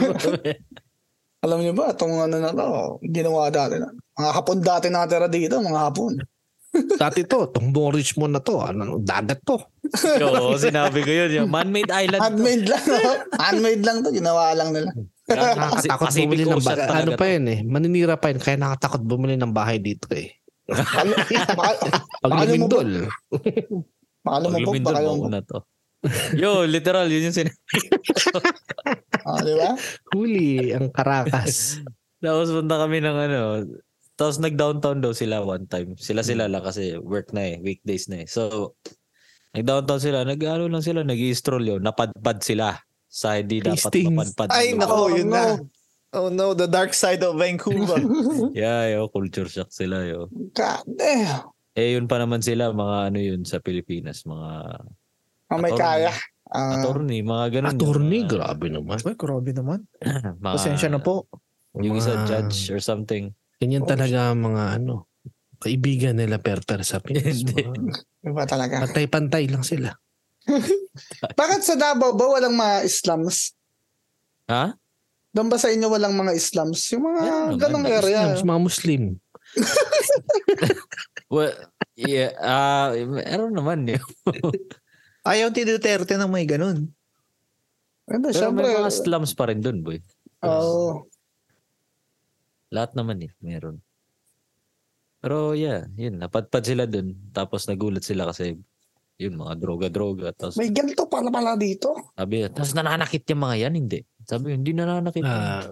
Speaker 3: Alam niyo ba, itong ano na to, ginawa dati na. Mga hapon dati natira dito, mga hapon.
Speaker 2: Dati to. Tumbong Richmond na to. Ano, dagat to.
Speaker 1: Yo, sinabi ko yun. Yung man-made island.
Speaker 3: Handmade lang. oh. Handmade lang to, ginawa lang nila.
Speaker 1: Ah,
Speaker 2: Nakakatakot
Speaker 1: Pacific
Speaker 2: bumili ng
Speaker 1: Ocean
Speaker 2: bahay.
Speaker 1: talaga
Speaker 2: Ano pa
Speaker 1: to.
Speaker 2: yun eh. Maninira pa yun. Kaya nakatakot bumili ng bahay dito eh. Ano
Speaker 3: Ano, baka,
Speaker 2: Pag
Speaker 3: Paano mo ba-
Speaker 2: lumindol.
Speaker 3: baka lumubog,
Speaker 1: Paglumindol
Speaker 3: baka
Speaker 1: mo
Speaker 3: lumubog.
Speaker 1: na to. Yo, literal, yun yung sinabi.
Speaker 3: Ah, di ba?
Speaker 2: Huli ang Caracas.
Speaker 1: Tapos punta kami ng ano, tapos nag-downtown daw sila one time. Sila-sila lang kasi work na eh, weekdays na eh. So, nag-downtown sila, nag-ano lang sila, nag-stroll yun, napadpad sila sa hindi dapat
Speaker 2: Hastings.
Speaker 1: mapadpad.
Speaker 4: Ay, nako,
Speaker 3: Oh,
Speaker 4: yun
Speaker 3: no.
Speaker 4: na. Oh no, the dark side of Vancouver.
Speaker 1: Yeah, yo, culture shock sila yo.
Speaker 3: God damn.
Speaker 1: Eh, yun pa naman sila, mga ano yun sa Pilipinas, mga
Speaker 3: Oh, may
Speaker 1: Attorney.
Speaker 3: kaya. Ah,
Speaker 1: attorney, mga ganun.
Speaker 2: Attorney,
Speaker 1: Mga-
Speaker 2: grabe naman. Ah,
Speaker 4: Uy, grabe naman.
Speaker 1: mga-
Speaker 4: Pasensya na po.
Speaker 1: Yung isa
Speaker 2: Mga-
Speaker 1: judge or something.
Speaker 2: Ganyan
Speaker 3: Oh,
Speaker 2: talaga ang mga ano, kaibigan nila Perter sa Pinas.
Speaker 1: Hindi.
Speaker 2: Mga
Speaker 3: iba talaga.
Speaker 2: Pantay-pantay lang sila.
Speaker 3: Bakit sa Davao ba walang mga Islams?
Speaker 1: Ha?
Speaker 3: Doon ba sa inyo walang mga Islams? Yung mga
Speaker 1: Meron naman,
Speaker 3: ganong
Speaker 1: mga
Speaker 3: area.
Speaker 2: Islam, mga Muslim.
Speaker 1: Well, yeah, ah, meron naman yun.
Speaker 4: Ayaw ti Duterte na may ganun.
Speaker 3: Pero
Speaker 1: Pero
Speaker 3: syempre,
Speaker 1: may mga slums pa rin dun, boy.
Speaker 3: oo.
Speaker 1: Lahat naman eh, meron. Pero yeah, yun, napadpad sila dun. Tapos nagulat sila kasi yun, mga droga-droga. Tapos
Speaker 3: may ganito pala pala dito.
Speaker 1: sabi, tapos nananakit yung mga yan, hindi. Sabi, hindi nananakit.
Speaker 2: Ah.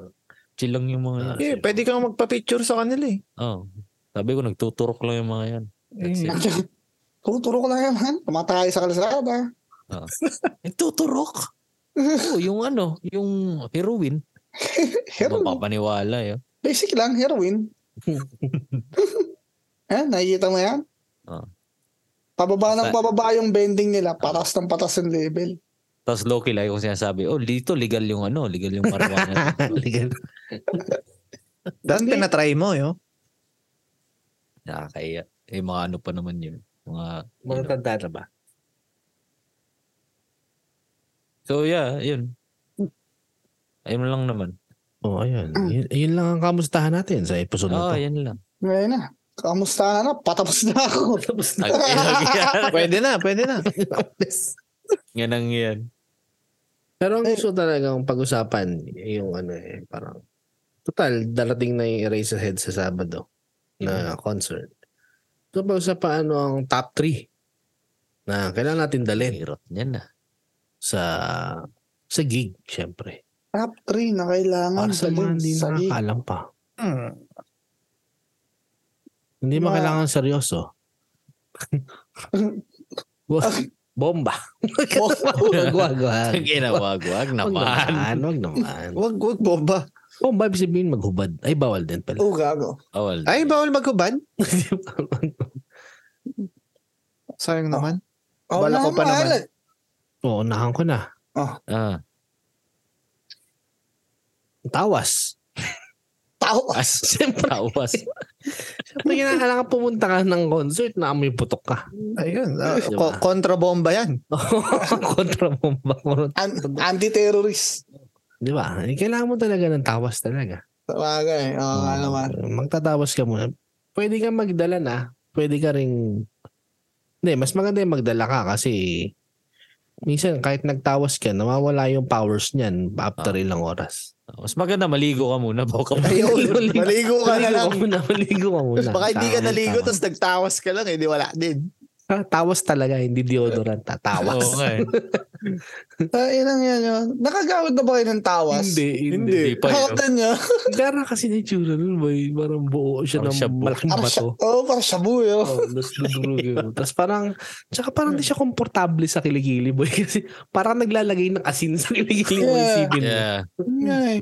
Speaker 1: Chill lang yung mga yan.
Speaker 4: Eh, pwede kang magpa-picture sa kanila eh.
Speaker 1: Oh. Sabi ko, nagtuturok lang yung mga yan. That's it.
Speaker 3: Tuturo ko lang yan, tumatay sa kalsada.
Speaker 1: Nagtuturok? Oo, yung ano, yung heroin.
Speaker 3: Heroin.
Speaker 1: Mapapaniwala yun.
Speaker 3: Basic lang, heroin. eh, nakikita mo yan?
Speaker 1: Oo.
Speaker 3: Pababa ng
Speaker 1: Sa-
Speaker 3: pababa yung bending nila, patas ng patas yung level.
Speaker 1: Tapos Loki lagi kong sinasabi, oh, dito legal yung ano, legal yung marijuana.
Speaker 2: Ligan.
Speaker 4: Tapos
Speaker 3: Hindi.
Speaker 4: pinatry mo, yo.
Speaker 1: Nakakaya. Eh, mga ano pa naman yun. Mga, you know.
Speaker 2: Matatanda na ba?
Speaker 1: So, yeah, yun. Ayun lang naman.
Speaker 2: Oo, oh, ayun. Yun, yun lang ang kamustahan natin sa episode
Speaker 1: Oo, oh,
Speaker 2: na to.
Speaker 1: yan lang.
Speaker 3: Ngayon na. Kamusta na? Patapos na ako.
Speaker 2: Tapos
Speaker 1: Ang ilog yan.
Speaker 4: Ah, Pwede na, pwede na.
Speaker 1: Yan ang yan.
Speaker 2: Pero ang gusto talagang pag-usapan, yung ano eh, parang, total, darating na yung Eraserhead sa Sabado na concert. So, pag-usapan ano ang top 3 na kailangan natin dalhin
Speaker 1: Hirot niyan na.
Speaker 2: sa sa gig, syempre.
Speaker 3: Top 3 na kailangan.
Speaker 2: Para Ah, sa
Speaker 3: dalhin
Speaker 2: mga hindi
Speaker 3: sa gig.
Speaker 2: nakakalam pa.
Speaker 4: Hmm.
Speaker 2: Hindi mo
Speaker 3: Mga-
Speaker 2: kailangan seryoso. Bo- Bomba. Ah. Wag, wag, wag.
Speaker 1: Ang ginawag, wag
Speaker 2: Wag
Speaker 1: naman.
Speaker 2: naman. Wag naman.
Speaker 4: Wag, wag bomba.
Speaker 2: Bomba, ibig sabihin maghubad. Ay, bawal din pala.
Speaker 3: Oh, gago.
Speaker 1: Awal.
Speaker 4: Ay, bawal maghubad. Sayang naman.
Speaker 3: Oh,
Speaker 4: Bala ko pa naman.
Speaker 3: mahal eh.
Speaker 2: Oo, unahan ko na.
Speaker 1: Ah,
Speaker 2: Tawas.
Speaker 3: Tao.
Speaker 1: as, tawas.
Speaker 2: Siyempre, kinakailangan pumunta ka ng concert na amoy putok ka.
Speaker 4: Ayun. ah,
Speaker 2: Diba?
Speaker 4: ko- kontrabomba yan.
Speaker 2: Kontra bomba.
Speaker 3: An- anti-terrorist.
Speaker 2: Di ba? Eh, Kailangan mo talaga ng tawas talaga.
Speaker 3: Sabagay.
Speaker 4: Ah.
Speaker 3: Oo, oh,
Speaker 2: Mm.
Speaker 3: naman.
Speaker 2: Magtatawas ka muna. Pwede kang magdala na. Pwede ka ring... Hindi, mas maganda yung magdala ka kasi minsan kahit nagtawas ka, nawawala yung powers niyan after
Speaker 1: Ah.
Speaker 2: ilang oras.
Speaker 1: Mas maganda maligo ka muna bago ka
Speaker 4: Ayun.
Speaker 2: Maligo.
Speaker 4: Maligo ka na
Speaker 2: Maligo
Speaker 4: lang.
Speaker 2: ka muna, maligo ka muna.
Speaker 4: Baka hindi ka
Speaker 2: Tama,
Speaker 4: naligo,
Speaker 2: tama.
Speaker 4: tapos nagtawas ka lang, hindi wala din.
Speaker 2: Ah, tawas talaga, hindi deodorant. ah, Tawas.
Speaker 1: Oo nga eh.
Speaker 3: Ay, lang yan Eh, yun. Nakagawad na ba kayo ng tawas?
Speaker 1: Hindi pa yun.
Speaker 3: Nakakatan niya.
Speaker 2: Gara kasi na yung tsura nun, boy. Parang buo siya
Speaker 1: Parang
Speaker 2: ng
Speaker 1: shabu.
Speaker 2: malaking
Speaker 3: Parang siya,
Speaker 2: bato.
Speaker 3: oh, parang shabu yun.
Speaker 2: Oh, Tapos dudurog yun. Tapos parang, tsaka parang di siya komportable sa kilikili, boy. Kasi parang naglalagay ng asin sa kilikili mo,
Speaker 3: Yeah.
Speaker 2: isipin mo.
Speaker 1: Yeah.
Speaker 3: Ngay.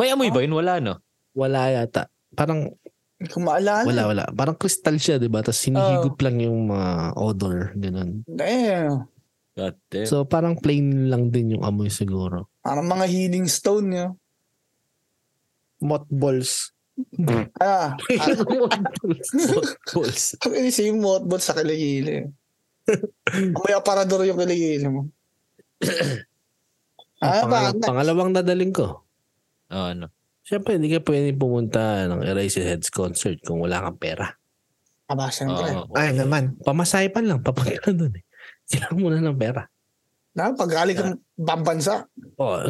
Speaker 1: May amoy ba yun? Wala, no?
Speaker 2: Wala yata. Parang,
Speaker 3: Hindi ko maalala.
Speaker 2: wala, wala. Parang kristal siya, di ba? Tapos hinihigop lang yung mga odor, ganun.
Speaker 3: Damn.
Speaker 1: God damn.
Speaker 2: So, parang plain lang din yung amoy siguro.
Speaker 3: Parang mga healing stone eh. yun.
Speaker 4: Mothballs.
Speaker 3: Ah,
Speaker 1: Balls.
Speaker 3: ang inisip mo at sa kiligili. Amoy aparador yung kiligili mo. ah,
Speaker 2: Ang
Speaker 3: ba?
Speaker 2: pangal- pangalawang nadaling ko.
Speaker 1: Oh, ano?
Speaker 2: Siyempre, hindi ka pwede pumunta ng Eraser Heads concert kung wala kang pera.
Speaker 3: Aba, siyempre.
Speaker 1: Oo.
Speaker 4: Ay, naman.
Speaker 2: Pamasahe pa lang, papunta doon eh. Kailangan mo na ng pera.
Speaker 3: Na, pag galing kang babansa.
Speaker 2: Oh,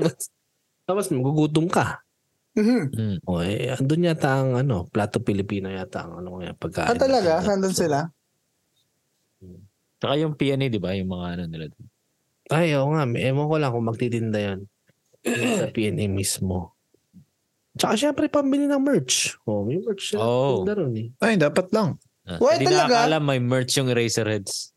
Speaker 2: Tapos magugutom ka.
Speaker 3: Mhm.
Speaker 1: Mm.
Speaker 2: O, eh, andun yata ang ano, plato Pilipino yata ang ano kaya pagkain.
Speaker 3: Ah, talaga? Nandun sila?
Speaker 1: Tsaka yung PNA, di ba? Yung mga ano nila. dun.
Speaker 2: Ay, oo nga. may- Ewan ko lang kung magtitinda yun. sa PNA mismo. Tsaka syempre, pambili ng merch. Oh, may merch sila.
Speaker 1: Oo.
Speaker 2: Tinda ron eh.
Speaker 4: Ay, dapat lang.
Speaker 1: Ah,
Speaker 3: Why
Speaker 1: Hindi
Speaker 3: talaga?
Speaker 1: na alam may merch yung Eraserheads.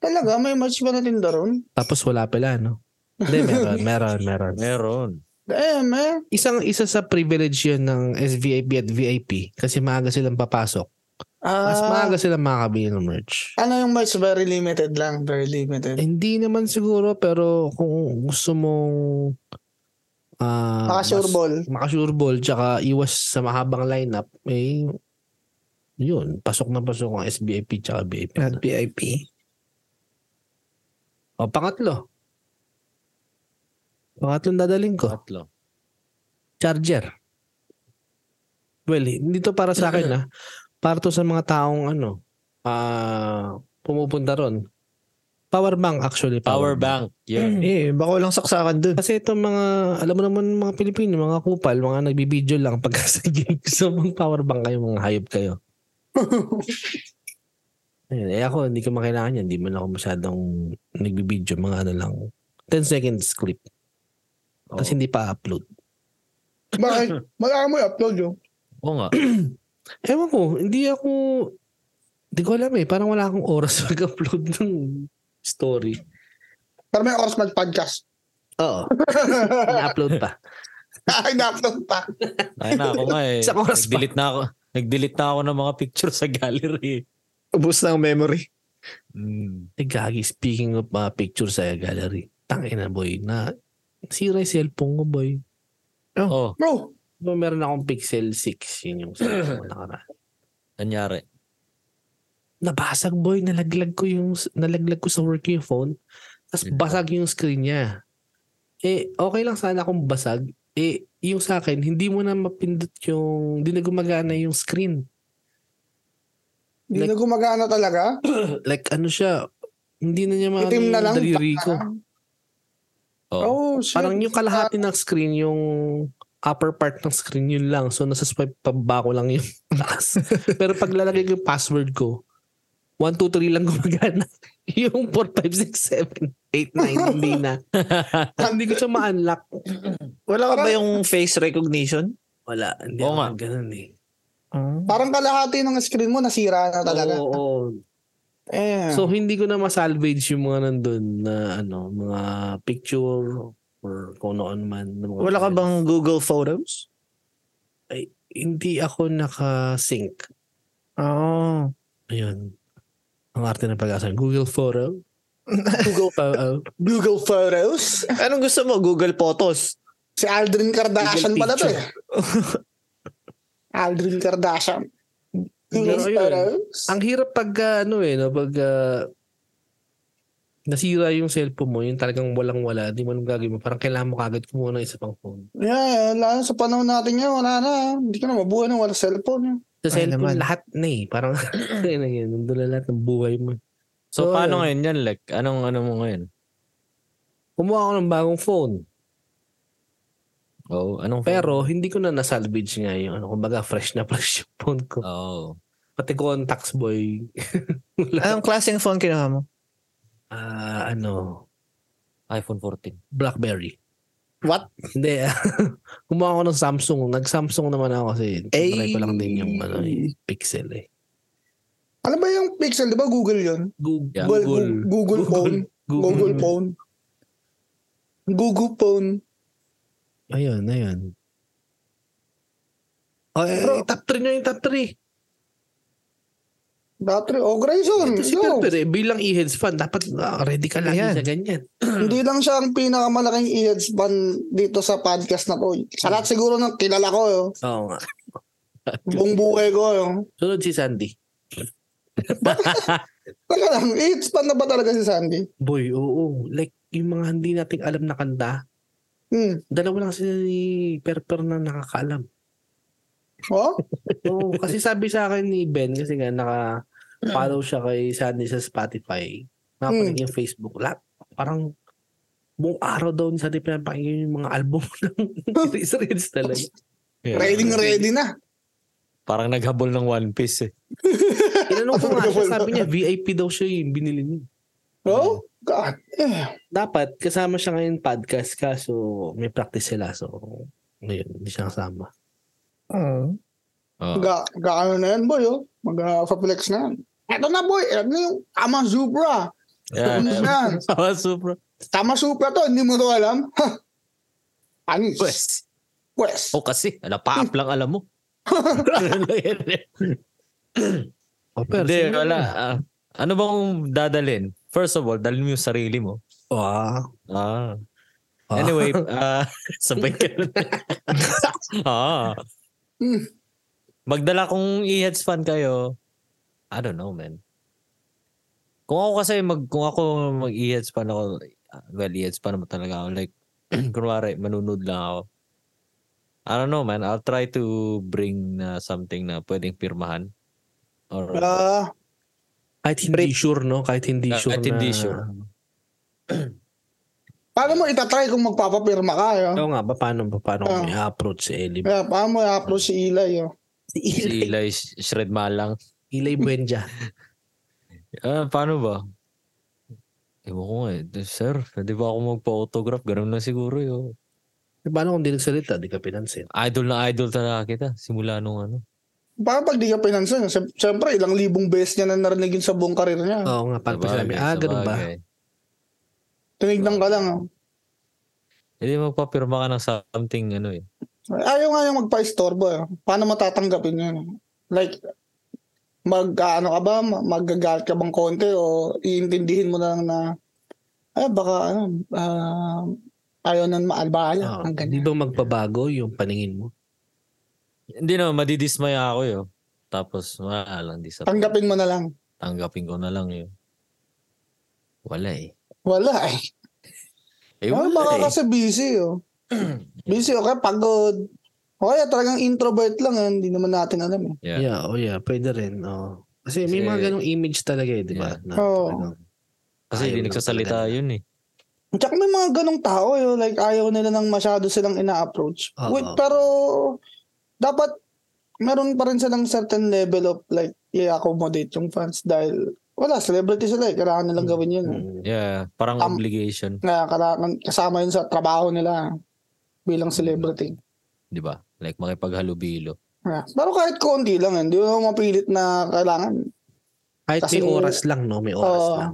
Speaker 3: Talaga? May match ba natin daron?
Speaker 2: Tapos wala pala, no? Hindi, meron, meron, meron.
Speaker 1: Meron.
Speaker 3: Damn, eh.
Speaker 2: Isang isa sa privilege yun ng SVIP at VIP kasi maaga silang papasok. Mas
Speaker 3: Ah,
Speaker 2: maaga silang makakabili ng merch.
Speaker 3: ano yung match? Very limited lang. Very limited.
Speaker 2: Hindi naman siguro pero kung gusto mong ah,
Speaker 3: Baka sure
Speaker 2: mas-
Speaker 3: ball.
Speaker 2: makasure ball tsaka iwas sa mahabang lineup eh yun pasok na pasok ang SBIP tsaka BIP.
Speaker 4: At VIP.
Speaker 2: O pangatlo. Pangatlong dadaling ko,
Speaker 1: Tatlo.
Speaker 2: charger. Well, hindi to para sa akin ah. Para to sa mga taong ano, ah pumupunta ron. Power bank actually.
Speaker 1: Power bank. Yun.
Speaker 4: Eh, bako lang saksakan dun.
Speaker 2: Kasi itong mga, alam mo naman mga Pilipino, mga kupal, mga nagbibideo lang pag sa game. So, mga power bank kayo, mga hayop kayo. Ayun, eh ako, hindi ko makailangan yan. Hindi man ako masyadong nagbibideo, mga ano lang. 10 seconds clip.
Speaker 1: Oo.
Speaker 2: Kasi hindi pa upload.
Speaker 3: Bakit? Malaka mo i-upload yun.
Speaker 1: Oo nga.
Speaker 2: Ewan ko, hindi ako, hindi ko alam eh. Parang wala akong oras mag-upload ng story.
Speaker 3: Pero may oras mag-podcast.
Speaker 2: Oo. Na-upload pa.
Speaker 3: Ay, na-upload pa.
Speaker 1: Ay na ako nga eh.
Speaker 2: Sa oras pa.
Speaker 1: Nag-delete na ako. Nag-delete na ako ng mga picture sa gallery.
Speaker 4: Ubus ng memory.
Speaker 1: Mm.
Speaker 2: Eh, Gagi, speaking of mga picture sa gallery, tangin na boy, na sira yung cellphone ko boy.
Speaker 1: Oh,
Speaker 3: Bro,
Speaker 2: Diba meron akong Pixel 6, yun yung cellphone ko nakaraan.
Speaker 1: nangyari.
Speaker 2: Nabasag boy, nalaglag ko yung, nalaglag ko sa work yung phone, tapos basag yung screen niya. Eh, okay lang sana kung basag, eh, yung sa akin, hindi mo na mapindot yung, hindi na gumagana yung screen.
Speaker 3: hindi
Speaker 2: Like-
Speaker 3: na gumagana talaga.
Speaker 2: Like ano siya, hindi na niya maano
Speaker 3: Itim na
Speaker 2: yung
Speaker 3: lang.
Speaker 2: daliri
Speaker 3: taka.
Speaker 2: ko.
Speaker 1: Oh.
Speaker 3: Oh, shit.
Speaker 2: Parang yung kalahati ng screen, yung upper part ng screen yun lang. So, nasa swipe pababa ko lang yung taas. Pero pag lalagay ko yung password ko, 1, 2, 3 lang gumagana. yung 4, 5, 6, 7, 8, 9, hindi na. hindi ko siya ma-unlock.
Speaker 4: Wala ka ba
Speaker 3: Parang-
Speaker 4: yung face recognition?
Speaker 2: Wala, hindi
Speaker 1: Oo
Speaker 2: ako
Speaker 1: nga.
Speaker 2: ganun eh.
Speaker 4: Hmm.
Speaker 3: Parang kalahati ng screen mo nasira na talaga.
Speaker 2: Oo, oo.
Speaker 3: Eh.
Speaker 2: So, hindi ko na masalvage yung mga nandun na ano, mga picture or kung noon man. na mga-
Speaker 4: Wala ka bang Google Photos?
Speaker 2: Hindi ako naka-sync.
Speaker 4: Oo.
Speaker 2: Ayun. Ang arte ng pag-asa. Google Photo. Google ah. Photo.
Speaker 3: Google Photos?
Speaker 4: Anong gusto mo? Google Photos?
Speaker 3: Si Aldrin Kardashian
Speaker 2: Google
Speaker 3: pala to eh. Aldrin Kardashian. Google
Speaker 2: Pero yun,
Speaker 3: Photos?
Speaker 2: Ang hirap pag ah, ano eh, no? pag ah, nasira yung cellphone mo, yung talagang walang-wala, di mo anong gagawin mo. Parang kailangan mo kagad kumuha ng isa pang phone.
Speaker 3: Yeah, lalo sa panahon natin ngayon, wala na. Hindi ka na mabuhay nang wala cellphone.
Speaker 2: Sa
Speaker 4: Ay,
Speaker 2: cellphone,
Speaker 4: naman.
Speaker 2: lahat na eh. Parang, yun na yun, nandun na lahat ng buhay mo.
Speaker 1: So,
Speaker 2: So,
Speaker 1: paano
Speaker 2: ayun.
Speaker 1: ngayon yan, Lek? Anong ano mo ngayon?
Speaker 2: Kumuha ako ng bagong phone.
Speaker 1: Oh, anong
Speaker 2: Pero, hindi ko na nasalvage nga yung ano. Kumbaga, fresh na fresh yung phone ko.
Speaker 1: Oh.
Speaker 2: Pati contacts, boy.
Speaker 4: Anong klaseng phone kinuha mo?
Speaker 2: Ah, ano,
Speaker 1: iPhone 14.
Speaker 2: Blackberry.
Speaker 4: What?
Speaker 2: Hindi. Kumuha ako ng Samsung. Nag-Samsung naman ako kasi
Speaker 4: Eh.
Speaker 2: tinry ko lang din yung ano, eh, Pixel eh.
Speaker 3: Ano ba yung Pixel? Di ba Google yun?
Speaker 2: Google.
Speaker 1: Yeah.
Speaker 3: Google, Google, Phone.
Speaker 2: Google.
Speaker 3: Google Phone. Google Phone.
Speaker 2: Ayun, ayun.
Speaker 4: Oh, eh,
Speaker 2: Bro, top 3 nyo yung top 3.
Speaker 3: Battery. Oh, Grayson.
Speaker 2: Ito si
Speaker 3: go.
Speaker 2: Perper eh, bilang e-heads fan, dapat ah, ready ka lagi
Speaker 4: Ayan.
Speaker 2: sa ganyan.
Speaker 3: Hindi lang siya ang pinakamalaking e-heads fan dito sa podcast na to. Sa lahat siguro ng kilala ko. Yo.
Speaker 2: Oo nga.
Speaker 3: Buong buhay ko. Yo.
Speaker 2: Sunod si Sandy.
Speaker 3: Taka lang, e-heads fan na ba talaga si Sandy?
Speaker 2: Boy, oo. Like, yung mga hindi nating alam na kanta,
Speaker 3: Hmm.
Speaker 2: dalawa lang sila ni Perper na nakakaalam.
Speaker 3: Oh?
Speaker 2: Oo, kasi sabi sa akin ni Ben, kasi nga naka-follow siya kay Sandy sa Spotify. Nakapanig yung Facebook. Lahat, parang buong araw daw ni Sandy pinapakinggan yung mga album ng Chris Reds talaga.
Speaker 1: Yeah.
Speaker 3: Ready na ready na.
Speaker 1: Parang naghabol ng One Piece eh.
Speaker 2: Tinanong ko nga siya, sabi niya VIP daw siya yung binili niya.
Speaker 3: Oh? God. Eh.
Speaker 2: Dapat, kasama siya ngayon podcast kaso may practice sila. So, ngayon, hindi siya kasama.
Speaker 4: mm.
Speaker 1: Oh.
Speaker 3: Ga, ga ano na yan, boy. Oh. Mag-flex na yan. Eto na, boy. Eto na yung Tama Supra.
Speaker 1: Yeah,
Speaker 3: Ano na?
Speaker 1: Tama, super.
Speaker 3: Tama Supra to. Hindi mo to alam. Ha. Anis.
Speaker 1: Pwes. Oh.
Speaker 3: Pwes.
Speaker 1: O kasi, ala, pa-up lang alam mo.
Speaker 2: Oh,
Speaker 1: Hindi, wala. Ah, ano bang dadalin? First of all, dalhin mo yung sarili mo.
Speaker 2: Ah,
Speaker 1: Ah.
Speaker 2: Ah.
Speaker 1: Anyway, ah, sabay ka na. ah.
Speaker 3: Hmm.
Speaker 1: Magdala kung e-heads fan kayo, I don't know, man. Kung ako kasi, mag, kung ako mag e-heads fan ako, ah, well, e-heads fan naman talaga ako. Like, kunwari, manunod lang ako. I don't know, man. I'll try to bring na something na pwedeng pirmahan. Or,
Speaker 3: Ah,
Speaker 2: kahit hindi sure, no? Kahit hindi
Speaker 1: Ah, Kahit
Speaker 2: sure na
Speaker 1: hindi sure.
Speaker 3: Paano mo itatry kung magpapapirma ka? Yo?
Speaker 2: Oo nga, ba, paano, ba, paano
Speaker 3: Ah.
Speaker 2: kami approach si Eli?
Speaker 3: Kaya paano mo i-upload si Eli? Yo?
Speaker 2: Si
Speaker 1: Si Eli Sh- Shred Malang.
Speaker 2: Eli Buendia.
Speaker 1: Ah, paano ba? Ewan ko nga eh. Sir, pwede ba ako magpa-autograph? Ganun lang siguro yun.
Speaker 2: Eh, paano kung di nagsalita, di ka pinansin?
Speaker 1: Idol na idol talaga kita. Simula nung ano.
Speaker 3: Baka pag di ka pinansin, syem- syempre ilang libong beses niya na narinig yun sa buong karir niya.
Speaker 2: Oo nga, paano pa sinabi,
Speaker 1: Sabagay,
Speaker 2: ah, ganun ba?
Speaker 1: sabagay.
Speaker 3: Tinignan ka lang. oh.
Speaker 1: Hindi Eh, magpapirma ka ng something ano eh.
Speaker 3: Ayaw nga yung magpa-istorbo. eh. Paano matatanggapin yun? Like, mag, ano ka ba? Magagalit ka bang konti? O iintindihin mo na lang na, ay, baka, ano, ah, ayaw nang
Speaker 2: Oo,
Speaker 3: maalbala. ang
Speaker 2: di
Speaker 3: ganyan.
Speaker 2: ba magbabago yung paningin mo?
Speaker 1: Hindi naman, madidismaya ako yun. Tapos, wala lang. Di sa
Speaker 3: Tanggapin mo na lang.
Speaker 1: Tanggapin ko na lang yun. Wala eh.
Speaker 3: Wala eh.
Speaker 1: Eh,
Speaker 3: Oh,
Speaker 1: wala
Speaker 3: baka
Speaker 1: eh.
Speaker 3: kasi busy, oh. busy, okay, pagod. O kaya talagang introvert lang, eh. hindi naman natin alam, eh.
Speaker 1: Yeah.
Speaker 2: Yeah, oh yeah, pwede rin. Oh. Kasi may
Speaker 1: Kasi-
Speaker 2: mga ganong image talaga eh, di ba?
Speaker 1: Yeah.
Speaker 2: Na
Speaker 3: Oo.
Speaker 2: talagang- mm.
Speaker 1: Kasi
Speaker 2: Ayaw
Speaker 1: hindi
Speaker 2: lang
Speaker 1: nagsasalita
Speaker 2: talaga.
Speaker 1: yun eh.
Speaker 3: Tsaka may mga ganong tao, yo, like ayaw nila nang masyado silang ina-approach.
Speaker 2: Oo.
Speaker 3: Wait, pero dapat meron pa rin silang certain level of like i-accommodate yung fans dahil wala, celebrity sila eh. Kailangan nilang gawin yun. eh.
Speaker 2: Mm.
Speaker 1: Yeah. Parang
Speaker 3: Um,
Speaker 1: obligation.
Speaker 3: Na kailangan kasama yun sa trabaho nila bilang celebrity.
Speaker 1: Di ba? Like makipaghalubilo.
Speaker 3: Yeah. Pero kahit konti lang, eh, hindi mo mapilit na kailangan.
Speaker 2: Kahit may
Speaker 3: Kasi-
Speaker 2: oras lang, no? May oras
Speaker 3: Oo.
Speaker 2: lang.